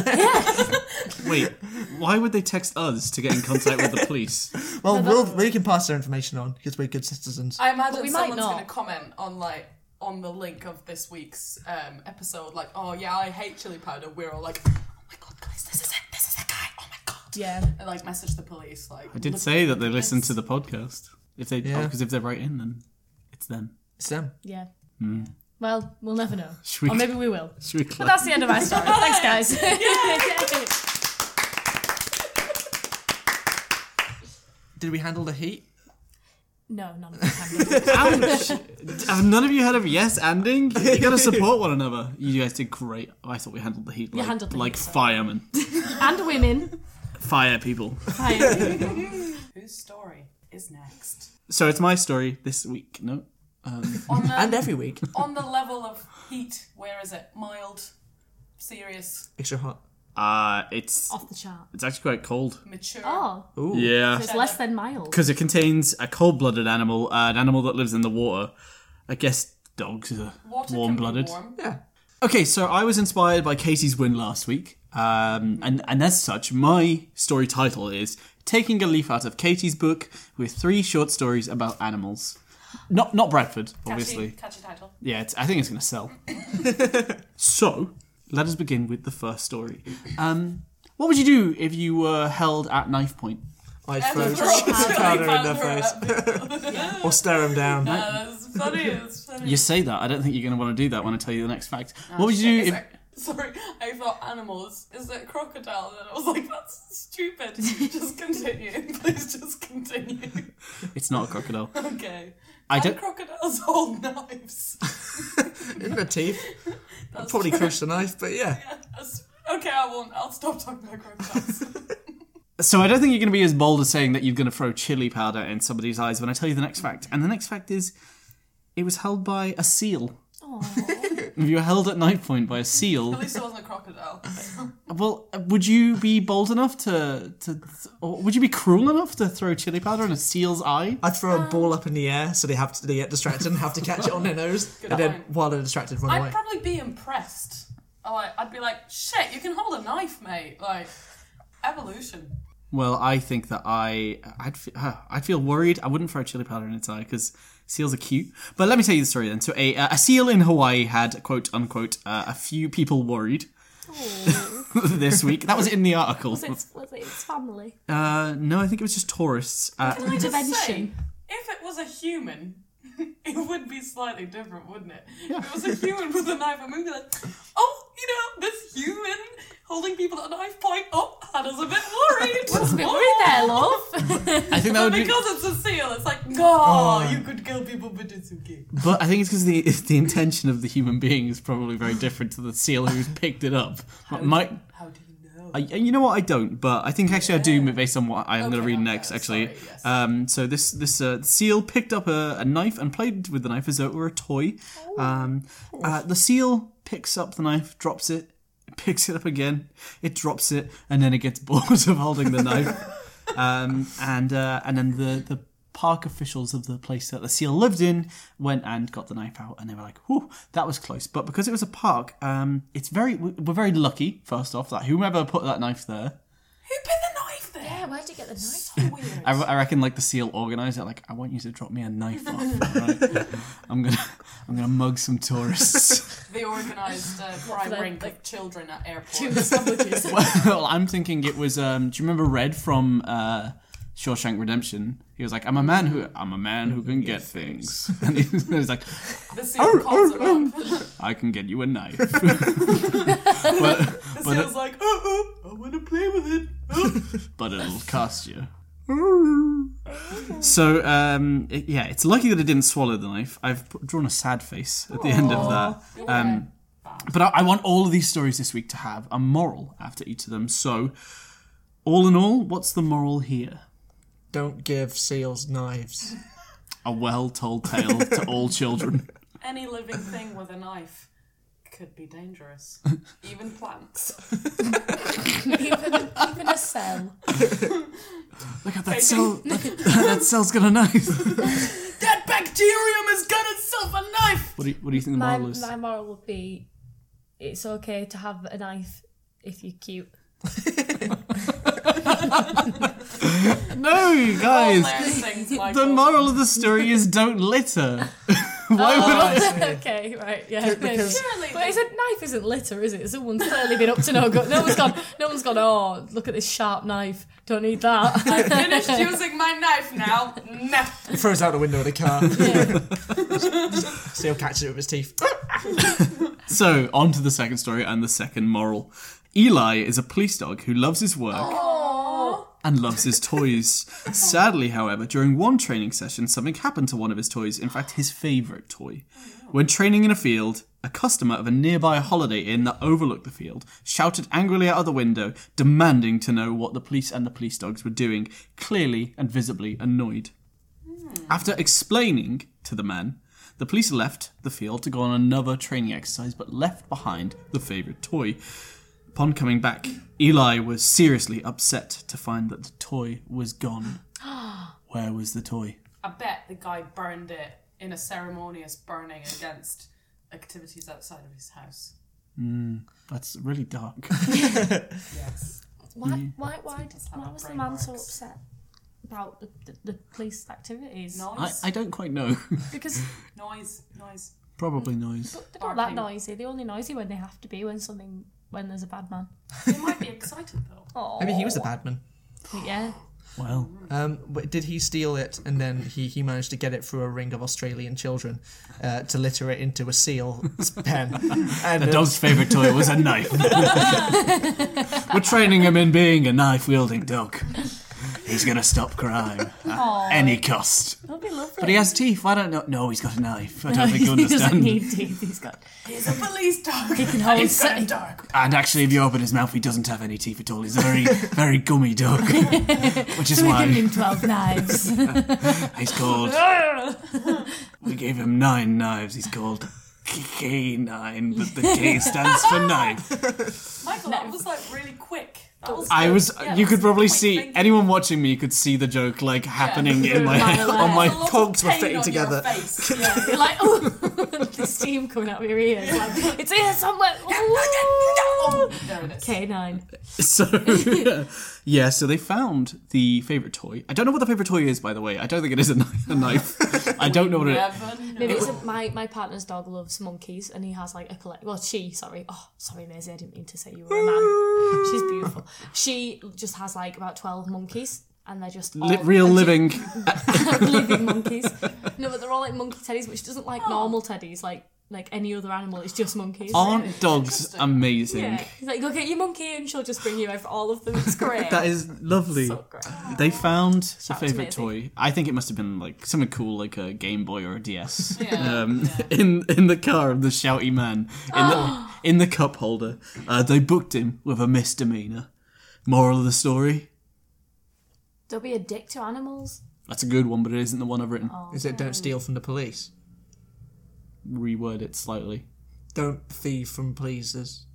Speaker 5: Wait, why would they text us to get in contact with the police?
Speaker 4: well, we'll, we can pass their information on because we're good citizens.
Speaker 6: I imagine
Speaker 3: we might
Speaker 6: someone's
Speaker 3: not.
Speaker 6: going to comment on like on the link of this week's um, episode, like, "Oh yeah, I hate chili powder." We're all like, "Oh my god, guys, this is it! This is the guy! Oh my god!"
Speaker 3: Yeah.
Speaker 6: And like message the police, like,
Speaker 5: I did say that they listen to the podcast. If they,
Speaker 4: Yeah.
Speaker 5: because if they write in, then it's them.
Speaker 4: It's them.
Speaker 3: Yeah. Well, we'll never know.
Speaker 5: Should we-
Speaker 3: Or maybe we will.
Speaker 5: Should we claim?
Speaker 3: That's the end of my story. Thanks, guys.
Speaker 4: Did we handle the heat?
Speaker 3: No, none of them can be.
Speaker 5: Ouch! Have none of you heard of yes ending? You gotta support one another. You guys did great. I thought we handled the heat like,
Speaker 3: handled the
Speaker 5: like
Speaker 3: heat, sorry.
Speaker 5: firemen,
Speaker 3: and women.
Speaker 5: fire people.
Speaker 3: Hi.
Speaker 6: whose story is next?
Speaker 5: So it's my story this week. No,
Speaker 6: On the,
Speaker 4: And every week,
Speaker 6: on the level of heat, where is it? Mild, serious,
Speaker 4: extra hot.
Speaker 5: uh, it's
Speaker 3: Off the chart.
Speaker 5: it's actually quite cold.
Speaker 6: mature.
Speaker 3: Oh,
Speaker 4: Ooh.
Speaker 5: Yeah,
Speaker 3: it's less than mild.
Speaker 5: because it contains a cold-blooded animal, uh, an animal that lives in the water. I guess dogs are
Speaker 6: Water can be
Speaker 5: warm-blooded.
Speaker 6: warm.
Speaker 4: Yeah.
Speaker 5: Okay, so I was inspired by Katie's win last week, um, and and as such, my story title is "Taking a Leaf Out of Katie's Book" with three short stories about animals. Not not Bradford, obviously.
Speaker 6: Catchy, catchy title.
Speaker 5: Yeah, it's, I think it's going to sell. so let us begin with the first story. Um, what would you do if you were held at knife point?
Speaker 4: I'd
Speaker 6: And
Speaker 4: throw
Speaker 6: throw
Speaker 4: chili
Speaker 6: chili
Speaker 4: powder in their
Speaker 6: powder at
Speaker 4: face or stare them down.
Speaker 6: That's funny. That's funny.
Speaker 5: You say that. I don't think you're going to want to do that when I tell you the next fact. what would you
Speaker 6: Is
Speaker 5: do? If,
Speaker 6: it- sorry, I thought animals. Is it crocodile? And I was like, that's stupid. just continue. Please just continue.
Speaker 5: it's not a crocodile.
Speaker 6: Okay.
Speaker 5: I
Speaker 6: And
Speaker 5: don't.
Speaker 6: crocodiles hold knives.
Speaker 4: in their teeth.
Speaker 6: That's
Speaker 4: Probably
Speaker 6: true.
Speaker 4: crush the knife, but yeah.
Speaker 6: That's- Okay, I won't. I'll stop talking about crocodiles.
Speaker 5: So I don't think you're going to be as bold as saying that you're going to throw chili powder in somebody's eyes when I tell you the next fact. And the next fact is, it was held by a seal. If you were held at knife point by a seal,
Speaker 6: At least it wasn't a crocodile.
Speaker 5: Well, would you be bold enough to to, or would you be cruel enough to throw chili powder in a seal's eye?
Speaker 4: I'd throw
Speaker 6: Um,
Speaker 4: a ball up in the air so they have to they get distracted and have to catch it on their nose. and then
Speaker 6: point.
Speaker 4: while they're distracted, run away.
Speaker 6: I'd probably be Oh, impressed. Like, I'd be like, shit, you can hold a knife, mate. Like, evolution.
Speaker 5: Well, I think that I I'd fe- uh, I'd feel worried. I wouldn't throw chili powder in its eye because seals are cute. But let me tell you the story then. So a uh, a seal in Hawaii had quote unquote uh, a few people worried. this week that was in the article.
Speaker 3: It's, was it its family?
Speaker 5: Uh, no, I think it was just tourists. Uh,
Speaker 6: Can I just say,
Speaker 3: Intervention.
Speaker 6: if it was a human, it would be slightly different, wouldn't it? If it was a human with a knife, I'm gonna be like, oh, you know, this human holding people at a knife point. Oh, that is a bit worried. What's
Speaker 3: A bit worried there, love.
Speaker 5: I think that would be.
Speaker 6: Because it's a seal, it's like, oh, you could kill people, but it's okay.
Speaker 5: But I think it's because the it's the intention of the human being is probably very different to the seal who's picked it up. Might
Speaker 6: How do you know?
Speaker 5: I, you know what? I don't, but I think actually I do based on what I am going to read next.
Speaker 6: okay,
Speaker 5: Actually,
Speaker 6: sorry, yes.
Speaker 5: um, so this this uh, seal picked up a, a knife and played with the knife as though it were a toy.
Speaker 6: Oh.
Speaker 5: Um, uh, the seal picks up the knife, drops it, picks it up again, it drops it, and then it gets bored of holding the knife. um, and uh, and then the the park officials of the place that the seal lived in went and got the knife out and they were like whew that was close but because it was a park um it's very we- we're very lucky first off that whoever put that knife there
Speaker 6: Who put the knife there?
Speaker 3: yeah, where'd you get the knife?
Speaker 6: Weird.
Speaker 5: I, I reckon like the seal organized it like I want you to drop me a knife off. alright? I'm gonna I'm gonna mug some tourists.
Speaker 6: They organised a crime
Speaker 3: Like-
Speaker 6: ring of
Speaker 3: like-
Speaker 6: children at
Speaker 3: Two
Speaker 6: airports.
Speaker 3: sandwiches.
Speaker 5: well, I'm thinking it was. Um, do you remember Red from uh, Shawshank Redemption? He was like, I'm a man who I'm a man who can get things, and he was, like,
Speaker 6: The seal calls him up.
Speaker 5: I can get you a knife. but,
Speaker 6: The
Speaker 5: but,
Speaker 6: seal's like, oh, oh, I want to play with it.
Speaker 5: but it'll cost you. So um, it- yeah, it's lucky that it didn't swallow the knife. I've p- drawn a sad face at the end of that. Um, but I, I want all of these stories this week to have a moral after each of them. So, all in all, what's the moral here?
Speaker 4: Don't give seals knives.
Speaker 5: A well-told tale to all children.
Speaker 6: Any living thing with a knife could be dangerous. Even plants.
Speaker 3: even, even a cell.
Speaker 5: Look at that cell. Look at that cell's got a knife.
Speaker 6: That bacterium has got itself a knife!
Speaker 5: What do you, what do you think the
Speaker 3: My,
Speaker 5: moral is?
Speaker 3: my moral would be it's okay to have a knife if you're cute.
Speaker 5: No, you guys.
Speaker 6: Claire sings
Speaker 5: The
Speaker 6: Michael.
Speaker 5: moral of the story is don't litter. Why would Oh, I?
Speaker 3: okay, right, yeah.
Speaker 4: because-
Speaker 6: Surely
Speaker 3: But it's a knife isn't litter, is it? Someone's clearly been up to no good. No one's gone. No one's gone. Oh, look at this sharp knife. Don't need that.
Speaker 6: I finished using my knife now. Nah.
Speaker 4: He throws out the window of the car. seal catches it with his teeth.
Speaker 5: So, on to the second story and the second moral. Eli is a police dog who loves his work and loves his toys. Sadly, however, during one training session, something happened to one of his toys, in fact, his favourite toy. When training in a field, a customer of a nearby holiday inn that overlooked the field shouted angrily out of the window, demanding to know what the police and the police dogs were doing, clearly and visibly annoyed. After explaining to the man, the police left the field to go on another training exercise, but left behind the favourite toy. Upon coming back, Eli was seriously upset to find that the toy was gone. Where was the toy?
Speaker 6: I bet the guy burned it in a ceremonious burning against activities outside of his house.
Speaker 5: That's really dark.
Speaker 6: Yes.
Speaker 3: Why? Why? Why, did,
Speaker 6: how
Speaker 3: why
Speaker 6: my
Speaker 3: was the
Speaker 6: brain
Speaker 3: man so
Speaker 6: works.
Speaker 3: upset about the, the, the police activities?
Speaker 5: I,
Speaker 6: Noise.
Speaker 5: I don't quite know.
Speaker 3: Because
Speaker 6: Noise. Noise.
Speaker 5: Probably noise.
Speaker 3: they're not that noisy. They're only noisy when they have to be. When something. When there's a bad man.
Speaker 6: They might be excited though.
Speaker 3: Oh.
Speaker 4: Maybe he was the bad man.
Speaker 3: Yeah.
Speaker 5: Well,
Speaker 4: Um, but did he steal it and then he, he managed to get it through a ring of Australian children uh, to litter it into a seal's pen? And uh,
Speaker 5: the dog's favourite toy was a knife. We're training him in being a knife wielding dog. He's gonna stop crime at any cost.
Speaker 3: That'd be lovely.
Speaker 5: But he has teeth. I don't know. No, he's got a knife. I don't think you
Speaker 3: he doesn't
Speaker 5: understand.
Speaker 3: need teeth. He's got.
Speaker 6: He's a police dog.
Speaker 3: He can hold.
Speaker 6: He's got a
Speaker 3: se-
Speaker 6: dog.
Speaker 5: And actually, if you open his mouth, he doesn't have any teeth at all. He's a very, very gummy dog, which is
Speaker 3: so we're giving
Speaker 5: why
Speaker 3: him twelve knives.
Speaker 5: he's called. We gave him nine knives. He's called K nine, but the K stands for knife.
Speaker 6: Michael, that was like really quick. That was
Speaker 5: I was. uh,
Speaker 6: Yeah,
Speaker 5: you could probably
Speaker 6: quick
Speaker 5: see
Speaker 6: thinking.
Speaker 5: anyone watching me could see the joke like happening in my
Speaker 3: Mile
Speaker 5: on
Speaker 3: out.
Speaker 5: my.
Speaker 6: There's a lot of
Speaker 4: cogs were
Speaker 6: pain
Speaker 4: fitting
Speaker 6: on your
Speaker 4: together.
Speaker 6: face. Yeah.
Speaker 3: You're like, oh, the steam coming out of your ears. Like, it's here somewhere. Ooh.
Speaker 6: There it is.
Speaker 3: K9.
Speaker 5: So, yeah, so they found the favourite toy. I don't know what the favourite toy is, by the way. I don't think it is a, kni- a knife. I don't know what it is.
Speaker 6: Never know.
Speaker 3: Maybe it's a, my my partner's dog loves monkeys, and he has like a collect. Well, she, sorry. Oh, sorry, Maisie, I didn't mean to say you were a man. She's beautiful. She just has like about twelve monkeys, and they're just all
Speaker 5: Li- real
Speaker 3: legit
Speaker 5: living.
Speaker 3: living monkeys. No, but they're all like monkey teddies, which doesn't
Speaker 5: Oh.
Speaker 3: like normal teddies, like like any other animal. It's just monkeys.
Speaker 5: Aren't dogs amazing?
Speaker 3: yeah. He's like, go get your monkey, and she'll just bring you over all of them. It's great.
Speaker 5: That is lovely.
Speaker 3: so great.
Speaker 5: They found the
Speaker 3: out to
Speaker 5: favorite
Speaker 3: Maisie.
Speaker 5: toy. I think it must have been like something cool, like a Game Boy or a DS.
Speaker 6: Yeah,
Speaker 5: um, In in the car of the shouty man in the in the cup holder. Uh, they booked him with a misdemeanor. Moral of the story:
Speaker 3: Don't be a dick to animals.
Speaker 5: That's a good one, but it isn't the one I've written.
Speaker 6: Oh.
Speaker 4: Is it don't steal from the police?
Speaker 5: Reword it slightly.
Speaker 4: Don't thieve from pleasers.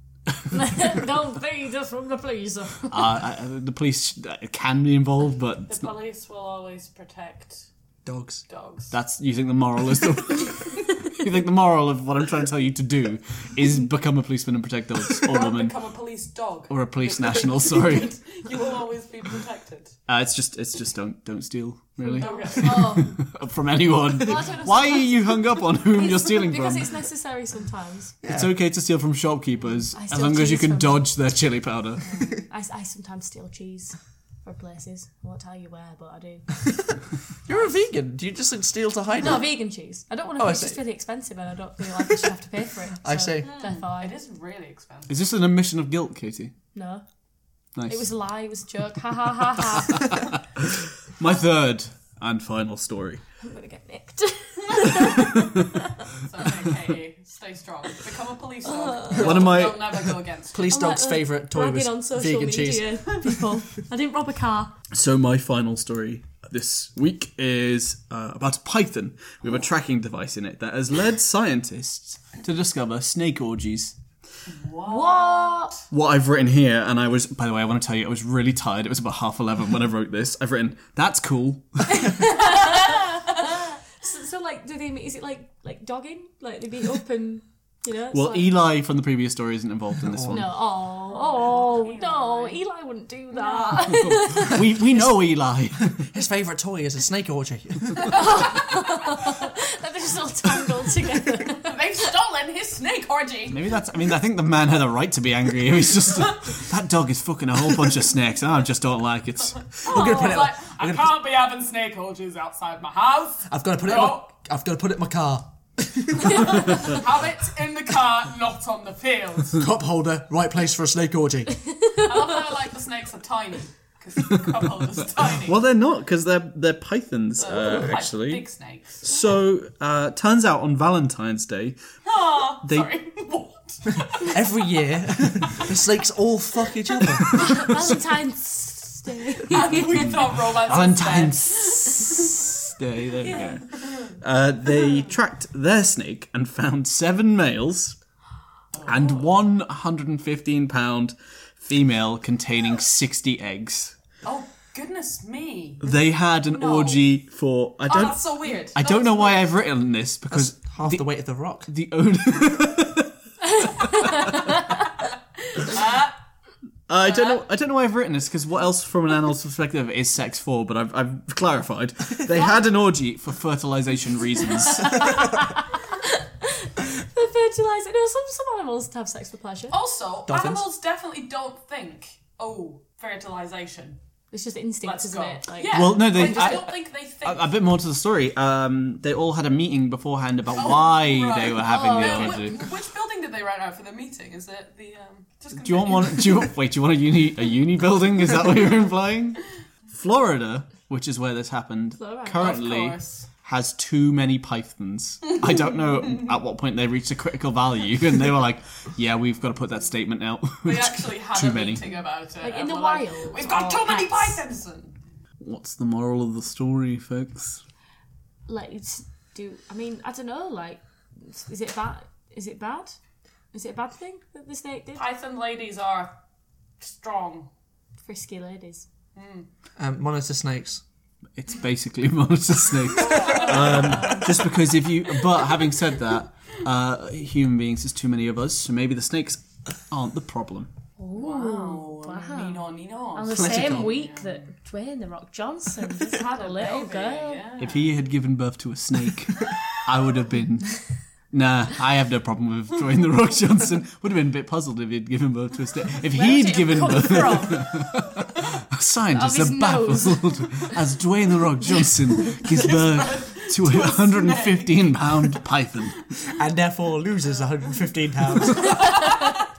Speaker 3: Don't feed us from the freezer.
Speaker 5: Uh, I, I- the police uh, can be involved, but it's
Speaker 6: the
Speaker 5: not,
Speaker 6: police will always protect
Speaker 4: Dogs.
Speaker 6: dogs.
Speaker 5: that's you think the moral is the. you think the moral of what I'm trying to tell you to do is become a policeman and protect dogs or
Speaker 6: Don't
Speaker 5: woman
Speaker 6: become a police dog.
Speaker 5: or a police national. Sorry.
Speaker 6: you will always be protected.
Speaker 5: Uh, it's just, it's just don't, don't steal, really,
Speaker 6: Okay.
Speaker 3: Oh,
Speaker 5: from anyone.
Speaker 3: know.
Speaker 5: Why are you hung up on whom you're stealing
Speaker 3: because
Speaker 5: from?
Speaker 3: it's necessary sometimes.
Speaker 5: It's okay to steal from shopkeepers
Speaker 3: I
Speaker 5: as
Speaker 3: steal
Speaker 5: long as you
Speaker 3: cheese
Speaker 5: can
Speaker 3: from-
Speaker 5: dodge their chili powder.
Speaker 3: I, I sometimes steal cheese for places. I won't tell you where, but I do.
Speaker 4: You're a vegan. Do you just like, steal to hide?
Speaker 3: No,
Speaker 4: it?
Speaker 3: vegan cheese. I don't want to.
Speaker 4: Oh, I
Speaker 3: it's just
Speaker 4: see.
Speaker 3: really expensive, and I don't feel like I should have to pay for it.
Speaker 4: I
Speaker 3: so
Speaker 4: see.
Speaker 3: Therefore, I
Speaker 6: It
Speaker 3: did.
Speaker 6: is really expensive.
Speaker 5: Is this an admission of guilt, Katie?
Speaker 3: No,
Speaker 5: Nice.
Speaker 3: it was a lie. It was a joke. Ha ha ha ha.
Speaker 5: My third and final story.
Speaker 3: I'm gonna get nicked.
Speaker 6: So, okay, stay strong. Become a police dog.
Speaker 5: One of my
Speaker 6: They'll never go against you.
Speaker 4: Police dog's favourite toy
Speaker 3: Bragging
Speaker 4: was
Speaker 3: uh, on social
Speaker 4: vegan cheese.
Speaker 3: media, people. I didn't rob a car.
Speaker 5: So my final story this week is uh, about a python with a tracking device in it that has led scientists to discover snake orgies.
Speaker 3: What?
Speaker 5: What I've written here, and I was, by the way, I want to tell you, I was really tired. It was about half eleven when I wrote this. I've written, "That's cool."
Speaker 3: So, so like, do they? Is it like like dogging? Like they beat up and you know? it's
Speaker 5: Well,
Speaker 3: like,
Speaker 5: Eli from the previous story isn't involved in this one.
Speaker 3: No, oh, oh no, Eli wouldn't do that.
Speaker 5: We we know Eli.
Speaker 4: His favourite toy is a snake orgy.
Speaker 3: They're just all tangled together.
Speaker 6: They've stolen his snake orgy.
Speaker 5: Maybe that's. I mean, I think the man had a right to be angry. He was just that dog is fucking a whole bunch of snakes, and I just don't like it.
Speaker 4: We're gonna put it.
Speaker 6: It's like, I can't be having snake orgies outside my house.
Speaker 4: I've got to put it. In my,
Speaker 6: No.
Speaker 4: I've got to put it in my car.
Speaker 6: Have it in the car, not on the field.
Speaker 4: Cup holder, right place for a snake orgy.
Speaker 6: I love how like the snakes are tiny. Because the couple is tiny.
Speaker 5: Well, they're not because they're they're pythons
Speaker 6: They're
Speaker 5: uh,
Speaker 6: quite
Speaker 5: actually.
Speaker 6: Big snakes.
Speaker 5: So uh, turns out on Valentine's Day,
Speaker 6: Ah,
Speaker 5: They-
Speaker 6: sorry. What?
Speaker 4: Every year, the snakes all fuck each other.
Speaker 3: Valentine's Day.
Speaker 6: And we thought romance.
Speaker 5: Valentine's Day. There we go. Uh, they tracked their snake and found seven males and one hundred and fifteen pound female containing sixty eggs.
Speaker 6: Oh goodness me.
Speaker 5: They had an
Speaker 6: No.
Speaker 5: orgy for I
Speaker 6: Oh,
Speaker 5: don't.
Speaker 6: that's so weird.
Speaker 5: I don't know why I've written this because
Speaker 4: Half the weight of the rock.
Speaker 5: the only. Uh, I don't know. I don't know why I've written this because what else, from an animal's perspective, is sex for? But I've, I've clarified. They had an orgy for fertilization reasons.
Speaker 3: They fertilise it. No, some some animals have sex for pleasure.
Speaker 6: Also,
Speaker 4: Dolphins?
Speaker 6: animals definitely don't think. Oh, fertilization.
Speaker 3: It's just instinct,
Speaker 6: Let's
Speaker 3: isn't
Speaker 6: go.
Speaker 3: it? Like,
Speaker 6: yeah.
Speaker 5: Well, no, they-
Speaker 6: I just
Speaker 5: I-
Speaker 6: don't think they think.
Speaker 5: a bit more to the story. Um, they all had a meeting beforehand about why
Speaker 6: right.
Speaker 5: they were having
Speaker 6: Uh,
Speaker 5: the orgy.
Speaker 6: whi- which building did they rent out for the meeting? Is it the um? Just
Speaker 5: Do you want
Speaker 6: continue.
Speaker 5: one? Do you wait? Do you want a uni a uni building? Is that what you're implying? Florida, which is where this happened,
Speaker 3: Florida.
Speaker 5: currently
Speaker 6: Of course.
Speaker 5: has too many pythons. I don't know at what point they reached a critical value, and they were like, "Yeah, we've got to put that statement out."
Speaker 6: They actually had
Speaker 5: too
Speaker 6: a
Speaker 5: many. Oh,
Speaker 6: meeting about it. Like
Speaker 3: in the wild,
Speaker 6: We've got
Speaker 3: or
Speaker 6: too many
Speaker 3: pets?
Speaker 6: pythons. And
Speaker 5: What's the moral of the story, folks?
Speaker 3: like it's- do. I mean, I don't know. Like, is it bad? Is it bad? Is it a bad thing that the snake did?
Speaker 6: python ladies are strong.
Speaker 3: Frisky ladies.
Speaker 4: Um, monitor snakes.
Speaker 5: It's basically monitor snakes. um, just because if you, but having said that, uh, human beings is too many of us, so maybe the snakes aren't the problem.
Speaker 6: Wow. Nino, Nino.
Speaker 3: On the
Speaker 5: Political.
Speaker 3: same week that Dwayne the Rock Johnson just had a little girl.
Speaker 5: If he had given birth to a snake, I would have been. Nah, I have no problem with Dwayne the Rock Johnson. Would have been a bit puzzled if he'd given birth to a snake. If he'd given
Speaker 3: Come
Speaker 5: birth,
Speaker 3: from.
Speaker 5: scientists
Speaker 3: Of his
Speaker 5: are baffled as Dwayne the Rock Johnson gives birth to a 115 pound python.
Speaker 4: and therefore loses 115 pounds.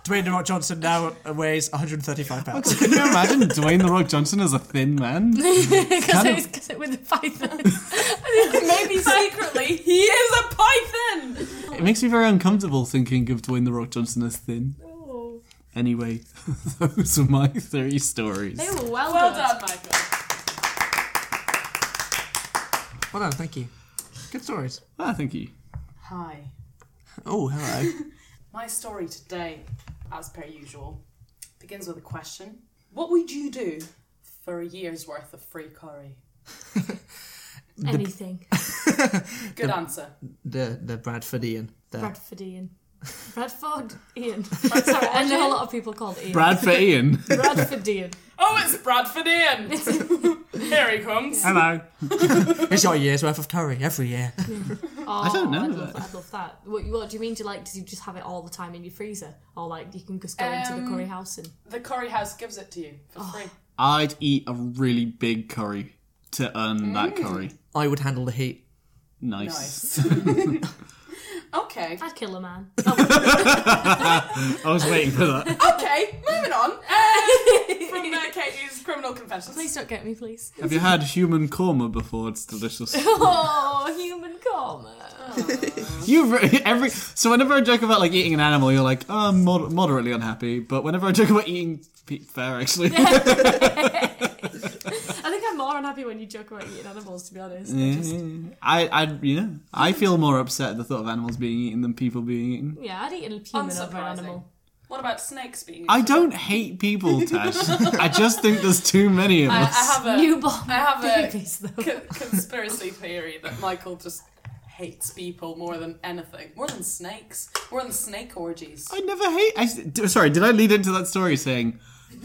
Speaker 4: Dwayne The Rock Johnson now weighs 135 pounds.
Speaker 5: Can you imagine Dwayne the Rock Johnson as a thin man?
Speaker 3: Because
Speaker 5: Kind
Speaker 3: it
Speaker 5: of-
Speaker 3: was because it was the python.
Speaker 6: Maybe secretly he is a python.
Speaker 5: It makes me very uncomfortable thinking of Dwayne the Rock Johnson as thin. Anyway, those are my three stories.
Speaker 3: They were well,
Speaker 6: Well
Speaker 3: done.
Speaker 6: done, Michael.
Speaker 4: Well done, thank you. Good stories.
Speaker 5: Ah, thank you.
Speaker 6: Hi.
Speaker 4: Oh, hello.
Speaker 6: My story today, as per usual, begins with a question. What would you do for a year's worth of free curry?
Speaker 3: Anything.
Speaker 6: Good answer.
Speaker 4: the the Bradfordian. The
Speaker 3: Bradford Ian. Bradford Ian. Sorry, I know a lot of people called Ian.
Speaker 5: Brad for Ian.
Speaker 3: Bradford Ian.
Speaker 6: Oh, it's Bradford Ian! Here he comes.
Speaker 5: Hello.
Speaker 4: it's your year's worth of curry every year.
Speaker 3: Oh,
Speaker 5: don't know
Speaker 3: I'd
Speaker 5: that.
Speaker 3: love that. I'd love that. What, what do you mean? Do you like? Does you just have it all the time in your freezer, or like you can just go into the
Speaker 6: Um,
Speaker 3: curry house and?
Speaker 6: The curry house gives it to you for free.
Speaker 5: I'd eat a really big curry to earn that
Speaker 6: Mm.
Speaker 5: curry.
Speaker 4: I would handle the heat.
Speaker 5: Nice.
Speaker 3: Oh.
Speaker 6: Okay.
Speaker 3: I'd kill a man.
Speaker 5: I was waiting for that.
Speaker 6: Okay, moving on. Uh, from uh, Katie's criminal confessions.
Speaker 3: please don't get me, please.
Speaker 5: Have you had human korma before? It's delicious.
Speaker 3: Oh, human karma.
Speaker 5: You re- every so whenever I joke about like eating an animal, you're like, oh, I'm mod- moderately unhappy. But whenever I joke about eating pe- fair, actually,
Speaker 3: I think I'm more unhappy when you joke about eating animals. To be honest, They're just,
Speaker 6: Mm-hmm.
Speaker 5: I I yeah, I feel more upset at the thought of animals being eaten than people being eaten.
Speaker 3: yeah, I'd eat a human over an
Speaker 6: Unsurprising.
Speaker 3: animal.
Speaker 6: What about snakes being?
Speaker 5: I don't hate people, Tash. I just think there's too many of
Speaker 6: I, I
Speaker 5: us.
Speaker 6: have a
Speaker 3: Newborn
Speaker 6: I have a
Speaker 3: babies, though.
Speaker 6: con- conspiracy theory that Michael just hates people more than anything, more than snakes, more than snake orgies.
Speaker 5: I never hate. I, d- sorry, did I lead into that story saying,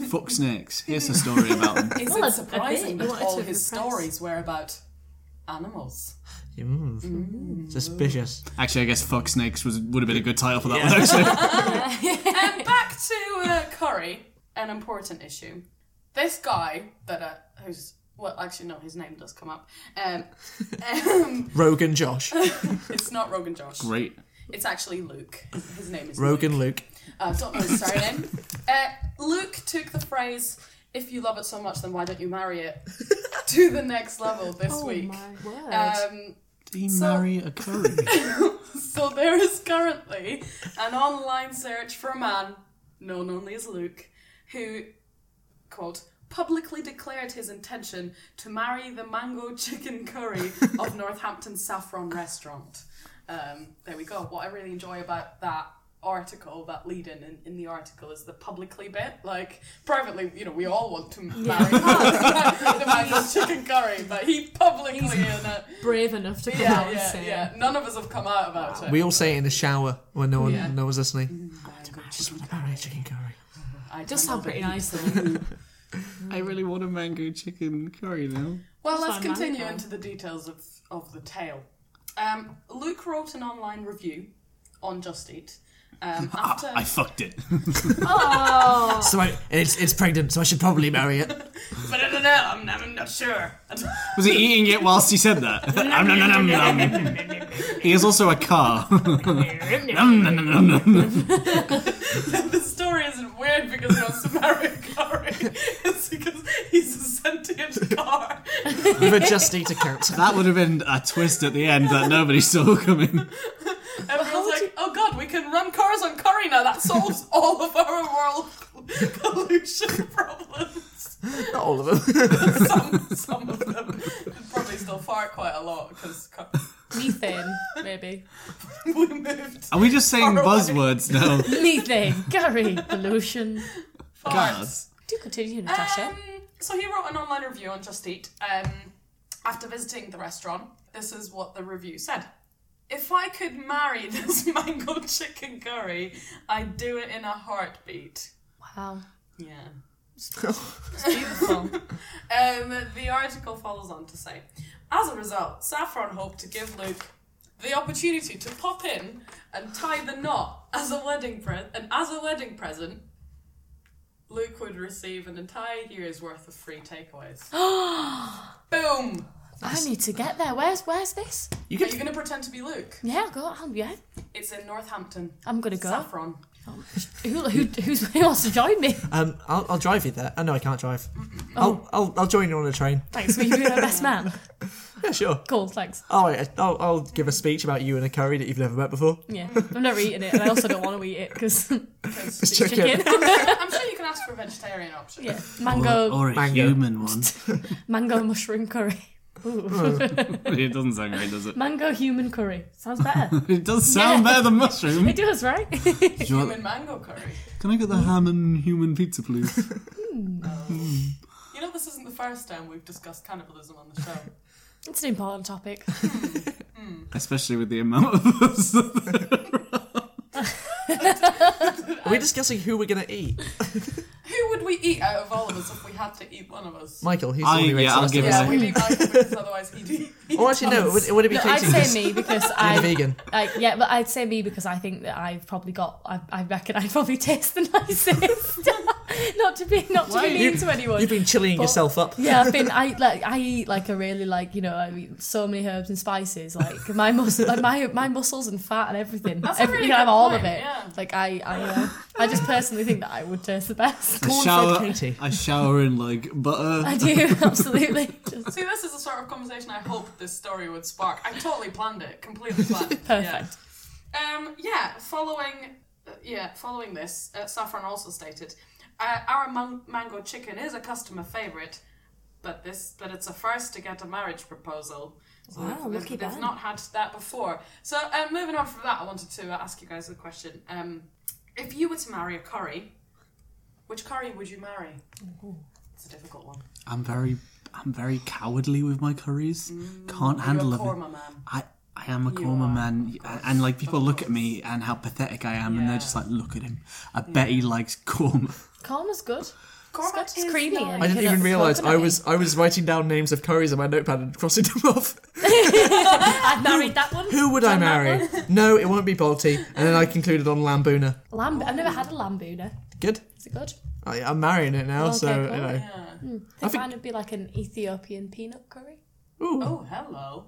Speaker 5: "Fuck snakes"? Here's a story about them.
Speaker 6: Is
Speaker 3: Well,
Speaker 6: it
Speaker 3: a- a
Speaker 6: surprising
Speaker 3: bit. I
Speaker 6: that
Speaker 3: wanted
Speaker 6: all
Speaker 3: to
Speaker 6: his
Speaker 3: repress.
Speaker 6: stories were about animals?
Speaker 4: Mm. Suspicious.
Speaker 5: Actually, I guess "fuck snakes" was would have been a good title for that one. Actually,
Speaker 6: and back to uh, curry, an important issue. This guy that uh, who's well, actually no, his name does come up. Um, um,
Speaker 4: Rogan Josh.
Speaker 6: it's not Rogan Josh.
Speaker 5: great.
Speaker 6: It's actually Luke. His- His name is
Speaker 4: Rogan Luke.
Speaker 6: I don't know his surname. Uh, Luke took the phrase, if you love it so much, then why don't you marry it, to the next level this
Speaker 3: Oh
Speaker 6: week.
Speaker 3: my word!
Speaker 6: Um,
Speaker 5: Do you
Speaker 6: So-
Speaker 5: marry a curry?
Speaker 6: so there is currently an online search for a man, known only as Luke, who, quote, publicly declared his intention to marry the mango chicken curry of Northampton Saffron Restaurant. Um, there we go. What I really enjoy about that article, that lead in, in in the article, is the publicly bit. Like, privately, you know, we all want to marry the mango chicken curry, but he publicly in a.
Speaker 3: Brave enough to come out
Speaker 6: Yeah,
Speaker 3: and
Speaker 6: yeah,
Speaker 3: say,
Speaker 6: yeah. None of us have come out about it.
Speaker 4: We all say it in the shower when no one
Speaker 6: Yeah.
Speaker 4: no one's
Speaker 3: Mm.
Speaker 4: listening. Just want to marry a chicken curry.
Speaker 6: I
Speaker 3: "Just
Speaker 6: don't
Speaker 3: sound
Speaker 6: know,
Speaker 3: pretty
Speaker 6: but-
Speaker 3: nice." though.
Speaker 5: I really want a mango chicken curry now.
Speaker 6: Well, let's
Speaker 3: fine,
Speaker 6: continue
Speaker 3: Monica.
Speaker 6: into the details of, of the tale. Um, Luke wrote an online review on Just Eat. Um, after
Speaker 5: I fucked it.
Speaker 3: Oh,
Speaker 4: So I, it's it's pregnant, so I should probably marry it.
Speaker 6: but I don't know, I'm, I'm not sure.
Speaker 5: Was he eating it whilst he said that? Om nom nom nom nom. He is also a car. Nom nom nom nom nom.
Speaker 6: the story isn't weird because he wants to marry a curry. It's because he's a sentient car.
Speaker 4: With a just eat account.
Speaker 5: That would have been a twist at the end that nobody saw coming.
Speaker 6: Everyone's like, oh god, we can run cars on curry now. That solves all of our world pollution problems.
Speaker 4: Not all of them.
Speaker 6: Some, some of them probably still fart quite a lot because
Speaker 3: methane, maybe.
Speaker 6: we moved.
Speaker 5: Are we just saying
Speaker 6: Far away.
Speaker 5: buzzwords now?
Speaker 3: Methane, Gary, pollution.
Speaker 5: God.
Speaker 6: Farts.
Speaker 3: Do continue, Natasha.
Speaker 6: Um, so he wrote an online review on Just Eat um, after visiting the restaurant. This is what the review said. If I could marry this mangled chicken curry, I'd do it in a heartbeat.
Speaker 3: Wow.
Speaker 6: Yeah.
Speaker 3: Beautiful.
Speaker 6: Um, the article follows on to say, as a result, Saffron hoped to give Luke the opportunity to pop in and tie the knot as a wedding pre- and as a wedding present. Luke would receive an entire year's worth of free takeaways. Boom!
Speaker 3: I need to get there. Where's where's this?
Speaker 4: You
Speaker 6: Are you
Speaker 4: could
Speaker 6: going to pretend to be Luke?
Speaker 3: Yeah, go. I'll, yeah,
Speaker 6: It's in Northampton.
Speaker 3: I'm gonna go.
Speaker 6: Saffron.
Speaker 3: Who, who, who's, who wants to join me?
Speaker 4: Um, I'll, I'll drive you there. Oh, no, I can't drive.
Speaker 3: Oh.
Speaker 4: I'll, I'll I'll join you on the train.
Speaker 3: Thanks. Will you be my best man?
Speaker 4: Yeah, sure.
Speaker 3: Cool. Thanks.
Speaker 4: All right, I'll, I'll give a speech about you and a curry that you've never met before.
Speaker 3: Yeah, I've never eaten it, and I also don't want to eat it because
Speaker 6: Because
Speaker 3: chicken.
Speaker 6: I'm sure you can ask for a vegetarian option.
Speaker 3: yeah, mango,
Speaker 5: or, or a
Speaker 4: Mango.
Speaker 5: human one.
Speaker 3: mango mushroom curry,
Speaker 5: it doesn't sound great, does it?
Speaker 3: mango human curry. Sounds better.
Speaker 5: It does sound
Speaker 3: Yeah.
Speaker 5: better than mushroom.
Speaker 3: it does, right?
Speaker 5: Do you want-
Speaker 6: Human mango curry.
Speaker 5: Can I get the ham and human pizza, please?
Speaker 6: You know, this isn't the first time we've discussed cannibalism on the show.
Speaker 3: it's an important topic.
Speaker 5: Especially with the amount of us.
Speaker 4: Are we discussing who we're gonna eat?
Speaker 6: Who would we eat out of all of us if we had to eat one of us?
Speaker 4: Michael, he's the
Speaker 5: I-
Speaker 4: one who
Speaker 5: yeah,
Speaker 4: eats
Speaker 5: I'll
Speaker 4: last
Speaker 5: give
Speaker 4: of
Speaker 5: it
Speaker 4: us.
Speaker 6: yeah, we need Michael because otherwise he'd eat. he'd
Speaker 4: Or Oh, actually, no.
Speaker 6: us.
Speaker 4: Would, would it be
Speaker 3: No,
Speaker 4: Katie?
Speaker 3: I'd say me because
Speaker 4: You're
Speaker 3: I,
Speaker 4: vegan.
Speaker 3: like, yeah, but I'd say me because I think that I've probably got. I, I reckon I probably taste the nicest. not to be, not to be mean to anyone.
Speaker 4: You've been chilling yourself up.
Speaker 3: Yeah, I've been. I like. I eat like a really like you know. I eat so many herbs and spices. Like my mus- like my my muscles and fat and everything.
Speaker 6: That's a
Speaker 3: Every-
Speaker 6: really
Speaker 3: you know, I have
Speaker 6: good
Speaker 3: all
Speaker 6: point,
Speaker 3: of it.
Speaker 6: yeah.
Speaker 3: Like I I uh, I just personally think that I would taste the best.
Speaker 4: Corn-fed
Speaker 5: shower,
Speaker 4: Katie.
Speaker 5: I shower in like butter.
Speaker 3: I do absolutely. Just
Speaker 6: See, this is the sort of conversation I hoped this story would spark. I totally planned it, completely planned. it, Yeah.
Speaker 3: perfect.
Speaker 6: Um, yeah, following, uh, yeah, following this, uh, Saffron also stated, uh, "Our man- mango chicken is a customer favorite, but this, but it's a first to get a marriage proposal. So
Speaker 3: Wow,
Speaker 6: they've-
Speaker 3: lucky
Speaker 6: They've
Speaker 3: them.
Speaker 6: not had that before. So um, moving on from that, I wanted to ask you guys a question. Um, if you were to marry a curry, which curry would you marry? It's a difficult one.
Speaker 5: I'm very, I'm very cowardly with my curries. Can't handle
Speaker 6: You're a
Speaker 5: it.
Speaker 6: korma man.
Speaker 5: I, I am a
Speaker 6: are,
Speaker 5: korma man, and, and like people look at me and how pathetic I am, and they're
Speaker 6: Yeah.
Speaker 5: just like, look at him. I bet he likes korma.
Speaker 3: Corn is good.
Speaker 6: Korma
Speaker 3: It's creamy.
Speaker 6: nice.
Speaker 3: and
Speaker 4: I didn't
Speaker 3: you can
Speaker 4: even
Speaker 3: have
Speaker 4: realise I
Speaker 3: coconut
Speaker 4: was I was writing down names of curries in my notepad and crossing them off.
Speaker 3: in. I married that one.
Speaker 4: Who would I marry? No, it won't be Balti. And then I concluded on Lambuna.
Speaker 3: Lamb. I've never had a lambuna.
Speaker 4: Good.
Speaker 3: Is it good?
Speaker 4: I, I'm marrying it now,
Speaker 3: Okay,
Speaker 4: so
Speaker 3: cool.
Speaker 4: you know.
Speaker 6: Yeah.
Speaker 3: I think mine would be like an Ethiopian peanut curry.
Speaker 6: Oh, hello.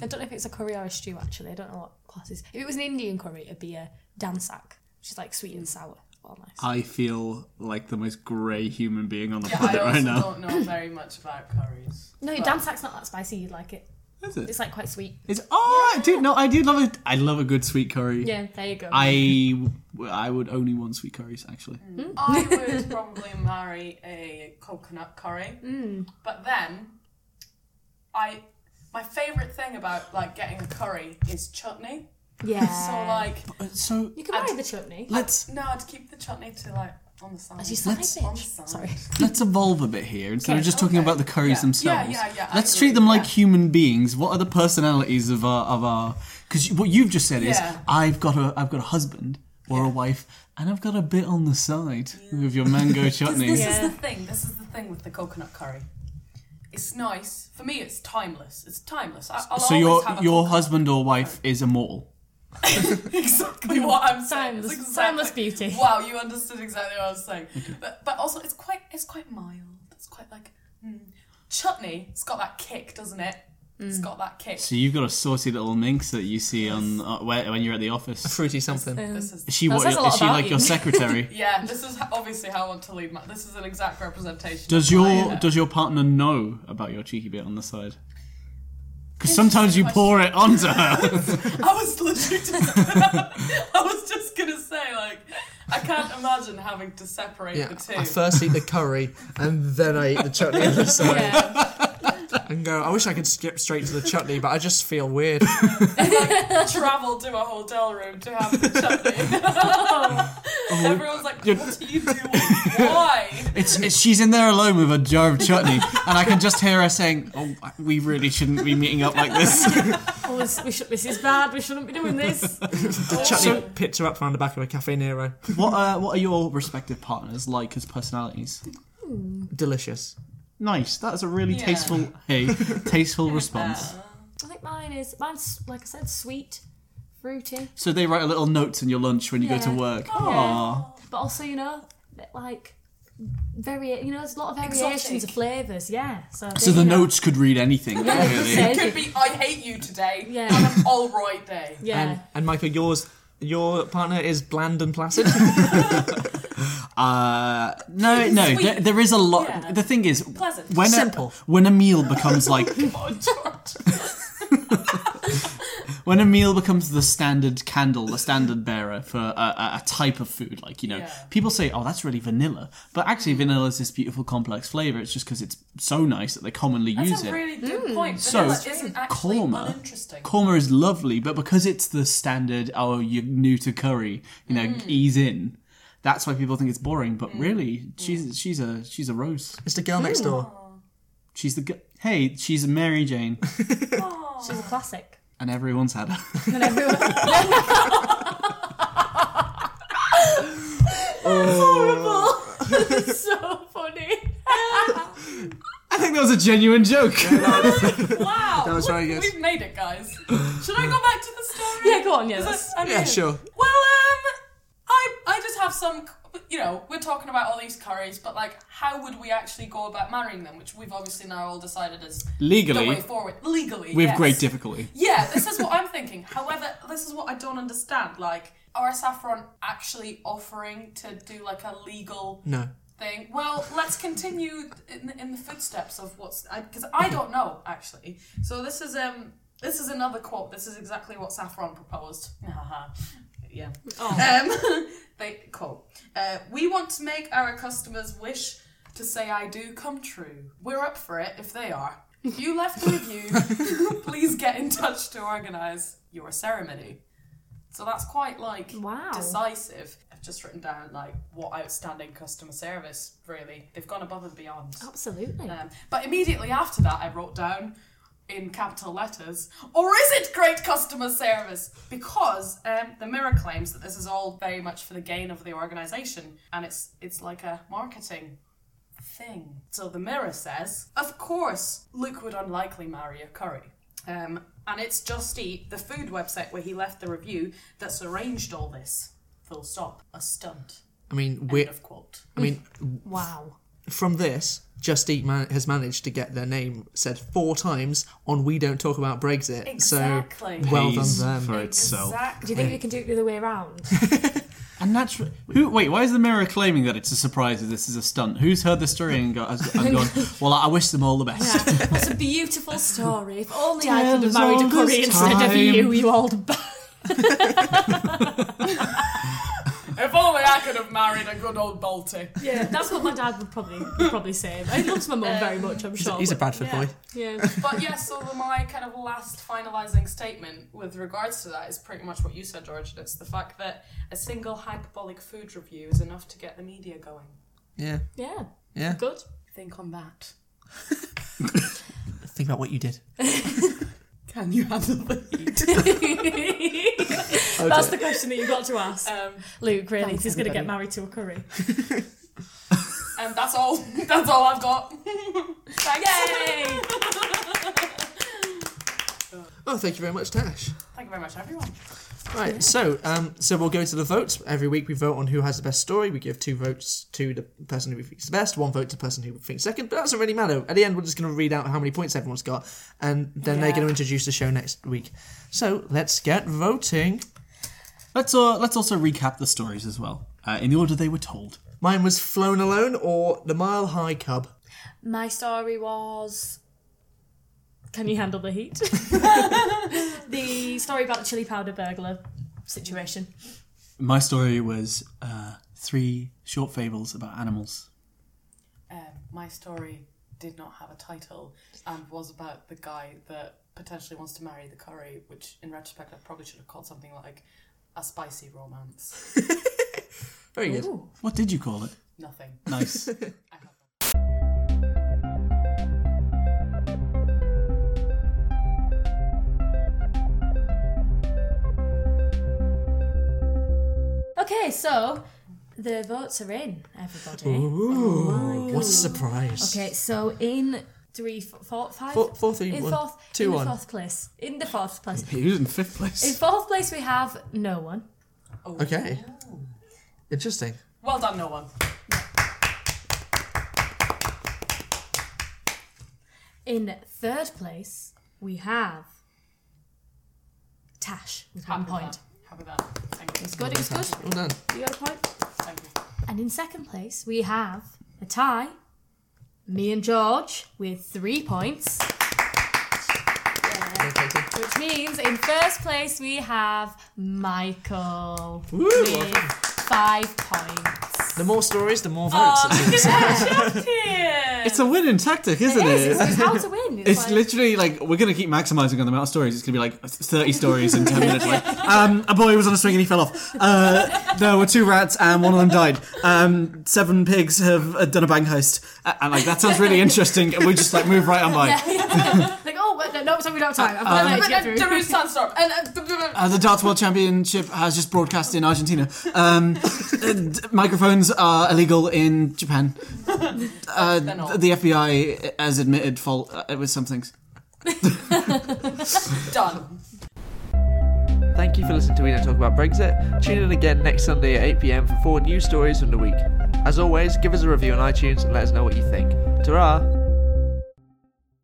Speaker 3: I don't know if it's a curry or a stew actually. I don't know what classes. If it was an Indian curry, it'd be a dansak, which is like sweet and sour. Well, nice.
Speaker 5: I feel like the most grey human being on the
Speaker 6: Yeah, I
Speaker 5: planet
Speaker 6: also
Speaker 5: right now.
Speaker 6: don't know very much about curries.
Speaker 3: No, dansak's not that spicy. You'd like it.
Speaker 5: Is it?
Speaker 3: It's like quite sweet.
Speaker 5: It's oh, I do no, I do love it. I love a good sweet curry.
Speaker 3: Yeah, there you go.
Speaker 5: I, w- I would only want sweet curries actually.
Speaker 6: I would probably marry a coconut curry. But then, I my favorite thing about like getting a curry is chutney.
Speaker 3: yeah.
Speaker 6: So like,
Speaker 5: Uh, So
Speaker 3: you can marry the chutney.
Speaker 5: let's
Speaker 6: no, I'd keep the chutney to like on the side.
Speaker 3: As you side
Speaker 5: let's-
Speaker 6: on the
Speaker 3: bitch.
Speaker 6: side.
Speaker 3: Sorry.
Speaker 5: let's evolve a bit here instead of
Speaker 3: Okay,
Speaker 5: just talking
Speaker 6: okay.
Speaker 5: about the curries
Speaker 6: Yeah.
Speaker 5: themselves.
Speaker 6: Yeah, yeah, yeah, I
Speaker 5: Let's
Speaker 6: agree,
Speaker 5: treat them like
Speaker 6: yeah.
Speaker 5: human beings. What are the personalities of our of our? Because what you've just said is
Speaker 6: Yeah.
Speaker 5: I've got a I've got a husband or a wife and I've got a bit on the side with your mango chutney.
Speaker 6: This
Speaker 3: Yeah.
Speaker 6: is the thing. This is the thing with the coconut curry. It's nice for me. It's timeless. It's timeless. I, I'll
Speaker 5: So
Speaker 6: always
Speaker 5: your
Speaker 6: have a
Speaker 5: your
Speaker 6: coconut.
Speaker 5: husband or wife is immortal.
Speaker 6: exactly what I'm saying. It's
Speaker 3: Timeless-
Speaker 6: exactly-
Speaker 3: timeless beauty.
Speaker 6: Wow, you understood exactly what I was saying. But but also it's quite it's quite mild. It's quite like mm. chutney. It's got that kick, doesn't it? It's
Speaker 3: Hmm.
Speaker 6: got that kick.
Speaker 5: So you've got a saucy little minx that you see on uh, where, when you're at the office.
Speaker 4: Fruity something.
Speaker 6: This is
Speaker 5: Is she
Speaker 3: That
Speaker 5: what?
Speaker 3: says a lot
Speaker 5: Is she
Speaker 3: about
Speaker 5: like
Speaker 3: you.
Speaker 5: your secretary?
Speaker 6: yeah. This is ho- obviously how I want to lead my. This is an exact representation.
Speaker 5: Does
Speaker 6: of my,
Speaker 5: your
Speaker 6: uh,
Speaker 5: does your partner know about your cheeky bit on the side? Because sometimes you pour it onto her.
Speaker 6: I was literally just. I was just gonna say like. I can't imagine having to separate
Speaker 4: Yeah,
Speaker 6: the two.
Speaker 4: I first eat the curry and then I eat the chutney on the side
Speaker 3: Yeah.
Speaker 4: and go. I wish I could skip straight to the chutney, but I just feel weird.
Speaker 6: travel to a hotel room to have the chutney.
Speaker 5: Oh.
Speaker 6: Everyone's like, "What are you doing? Why?"
Speaker 5: It's, it's she's in there alone with a jar of chutney, and I can just hear her saying, "Oh, we really shouldn't be meeting up like this."
Speaker 3: Oh, was. We should, this is bad. We shouldn't be doing this.
Speaker 4: Chatney picked her up around the back of a Cafe Nero.
Speaker 5: What uh, what are your respective partners like as personalities?
Speaker 4: Delicious.
Speaker 5: Nice. That's a really
Speaker 6: Yeah.
Speaker 5: tasteful hey, tasteful response.
Speaker 3: I think mine is mine's like I said, sweet, fruity,
Speaker 5: So they write a little note in your lunch when you go to
Speaker 3: Yeah. Oh,
Speaker 5: work. Aww.
Speaker 3: but also you know, a bit like very. You know, there's a lot of
Speaker 6: Exotic.
Speaker 3: variations of flavors. Yeah. So, I
Speaker 5: So
Speaker 3: think,
Speaker 5: the
Speaker 3: you know,
Speaker 5: notes could read anything. really.
Speaker 3: said-
Speaker 6: uh, Could be, I hate you today.
Speaker 3: Yeah.
Speaker 6: And an all right day.
Speaker 3: Yeah.
Speaker 4: And, and Michael, yours, your partner is bland and placid.
Speaker 5: Uh, no, no.
Speaker 6: Sweet.
Speaker 5: There, there is a lot.
Speaker 6: Yeah.
Speaker 5: The thing is,
Speaker 6: Pleasant.
Speaker 5: when
Speaker 4: Simple.
Speaker 5: A, when a meal becomes like
Speaker 6: Oh, George.
Speaker 5: when a meal becomes the standard candle, the standard bearer for a, a, a type of food, like you know,
Speaker 6: Yeah.
Speaker 5: people say, "Oh, that's really vanilla," but actually, vanilla is this beautiful complex flavor. It's just because it's so nice that they commonly
Speaker 6: That's
Speaker 5: use
Speaker 6: a
Speaker 5: it.
Speaker 6: really good point.
Speaker 5: So,
Speaker 6: Vanilla isn't actually
Speaker 5: korma-
Speaker 6: uninteresting.
Speaker 5: Korma is lovely, but because it's the standard, oh, you're new to curry, you know,
Speaker 6: Mm.
Speaker 5: ease in. That's why people think it's boring, but really,
Speaker 6: Mm.
Speaker 5: she's she's a she's a rose.
Speaker 4: it's the girl next door.
Speaker 5: She's the g- hey, she's a Mary Jane,
Speaker 3: she's a classic.
Speaker 5: and everyone's had her.
Speaker 3: And everyone- That's horrible. so funny.
Speaker 5: I think that was a genuine joke.
Speaker 6: Wow.
Speaker 4: That was very good.
Speaker 6: We've made it, guys. Should I go back to the story?
Speaker 3: Yeah, go on, yeah,
Speaker 6: Because I- I
Speaker 4: Yeah,
Speaker 6: mean-
Speaker 4: sure.
Speaker 6: Well, um, I, I just have some, you know, we're talking about all these curries, but like, how would we actually go about marrying them? Which we've obviously now all decided is
Speaker 5: Legally.
Speaker 6: the way forward. Legally,
Speaker 5: We have
Speaker 6: yes.
Speaker 5: great difficulty.
Speaker 6: Yeah, this is what I'm thinking. However, this is what I don't understand. Like, are Saffron actually offering to do like a legal
Speaker 4: No.
Speaker 6: thing? Well, let's continue in the, in the footsteps of what's because I, don't know actually. So this is um this is another quote. This is exactly what Saffron proposed. yeah. Um, they quote. Uh, we want to make our customers wish to say I do come true. We're up for it if they are. If you left with you, please get in touch to organise your ceremony. So that's quite like
Speaker 3: Wow.
Speaker 6: decisive. I've just written down like what outstanding customer service really. They've gone above and beyond.
Speaker 3: Absolutely.
Speaker 6: Um, but immediately after that, I wrote down in capital letters, or is it great customer service? Because um, the Mirror claims that this is all very much for the gain of the organisation, and it's it's like a marketing thing. So the Mirror says, of course, Luke would unlikely marry a curry. Um, and it's Just Eat, the food website where he left the review, that's arranged all this. Full stop. A stunt.
Speaker 4: I mean,
Speaker 6: End
Speaker 4: we.
Speaker 6: of quote.
Speaker 4: I mean,
Speaker 3: Wow.
Speaker 4: from this, Just Eat man- has managed to get their name said four times on We Don't Talk About Brexit.
Speaker 6: Exactly.
Speaker 4: So well
Speaker 5: Pays
Speaker 4: done them.
Speaker 5: for itself.
Speaker 3: Do you think we can do it the other way around?
Speaker 5: And that's who. Wait, why is the mirror claiming that it's a surprise? That this is a stunt? Who's heard the story and go, has, has gone? Well, I wish them all the best.
Speaker 3: That's a beautiful story. If only I could have
Speaker 5: Tales
Speaker 3: married a
Speaker 5: all this
Speaker 3: curry instead of you,
Speaker 5: time.
Speaker 3: you old b-
Speaker 6: If only I could have married a good old Baltic.
Speaker 3: Yeah, that's what my dad would probably would probably say. He loves my mum very much, I'm sure.
Speaker 4: He's a
Speaker 3: but-
Speaker 4: Bradford
Speaker 6: Yeah.
Speaker 4: boy.
Speaker 3: yeah.
Speaker 6: But yeah, so my kind of last finalizing statement with regards to that is pretty much what you said, George. And it's the fact that a single hyperbolic food review is enough to get the media going.
Speaker 4: Yeah.
Speaker 3: yeah.
Speaker 4: Yeah.
Speaker 3: Good.
Speaker 6: Think on that.
Speaker 4: Think about what you did.
Speaker 6: Can you handle the heat?
Speaker 3: That's the question that you've got to ask.
Speaker 6: um,
Speaker 3: Luke, really, if he's going to get
Speaker 4: everybody.
Speaker 3: married to a curry.
Speaker 6: and that's all. That's all I've got. Thanks.
Speaker 3: Yay!
Speaker 4: Oh, thank you very much, Tash.
Speaker 6: Thank you very much, everyone.
Speaker 4: Right, so um, so we'll go to the votes every week. We vote on who has the best story. We give two votes to the person who we think's the best, one vote to the person who we think's second. But that doesn't really matter. At the end, we're just going to read out how many points everyone's got, and then they're
Speaker 6: Yeah.
Speaker 4: going to introduce the show next week. So let's get voting.
Speaker 5: let's uh, let's also recap the stories as well uh, in the order they were told.
Speaker 4: Mine was flown alone or the mile high cub.
Speaker 3: My story was. Can you handle the heat? the story about the chili powder burglar situation.
Speaker 5: My story was uh, three short fables about animals.
Speaker 6: Um, my story did not have a title and was about the guy that potentially wants to marry the curry, which in retrospect I probably should have called something like a spicy romance.
Speaker 4: Very good.
Speaker 5: What did you call it?
Speaker 6: Nothing.
Speaker 5: Nice.
Speaker 6: I have
Speaker 3: Okay, so the votes are in, everybody.
Speaker 4: What a surprise.
Speaker 3: Oh Okay, so in three, f- four, five,
Speaker 4: Four- four, three,
Speaker 3: in
Speaker 4: one,
Speaker 3: fourth,
Speaker 4: two,
Speaker 3: in
Speaker 4: one.
Speaker 3: the fourth place, in the fourth place.
Speaker 5: He was in fifth
Speaker 3: In
Speaker 5: place.
Speaker 3: fourth place, we have no one.
Speaker 4: Okay. Interesting.
Speaker 6: Well done, no one.
Speaker 3: In third place, we have Tash with one
Speaker 6: Happy with
Speaker 3: point.
Speaker 6: that. Happy with that. Thank you.
Speaker 3: It's good, it's good.
Speaker 4: Well done.
Speaker 3: You got a point.
Speaker 6: Thank you.
Speaker 3: And in second place, we have a tie. Me and George with three points,
Speaker 4: Okay, good.
Speaker 3: which means in first place we have Michael
Speaker 4: Woo!
Speaker 3: with five points.
Speaker 4: The more stories, the more
Speaker 5: Oh.
Speaker 4: votes.
Speaker 3: Um,
Speaker 5: It's a winning tactic, isn't
Speaker 3: It
Speaker 5: it?
Speaker 3: is, it's, it's how to win. It's,
Speaker 5: It's
Speaker 3: like-
Speaker 5: literally like we're gonna keep maximizing on the amount of stories. It's gonna be like thirty stories in ten minutes. Like, um, a boy was on a swing and he fell off. Uh, there were two rats and one of them died. Um, seven pigs have uh, done a bank heist. Uh, and like that sounds really interesting. And we just like move right on by.
Speaker 3: like, oh, wait, no, no, sorry, we don't have time. I've got a
Speaker 5: Um,
Speaker 3: minute to get through.
Speaker 6: There is sandstorm. And, uh,
Speaker 5: Uh, the darts world championship has just broadcast in Argentina. Um, uh, d- microphones are illegal in Japan. Uh,
Speaker 6: They're not.
Speaker 5: the FBI has admitted fault uh, with some things.
Speaker 6: uh, done.
Speaker 4: Thank you for listening to We Don't Talk About Brexit. Tune in again next Sunday at 8 pm for four new stories from the week. As always, give us a review on iTunes and let us know what you think. Ta ra!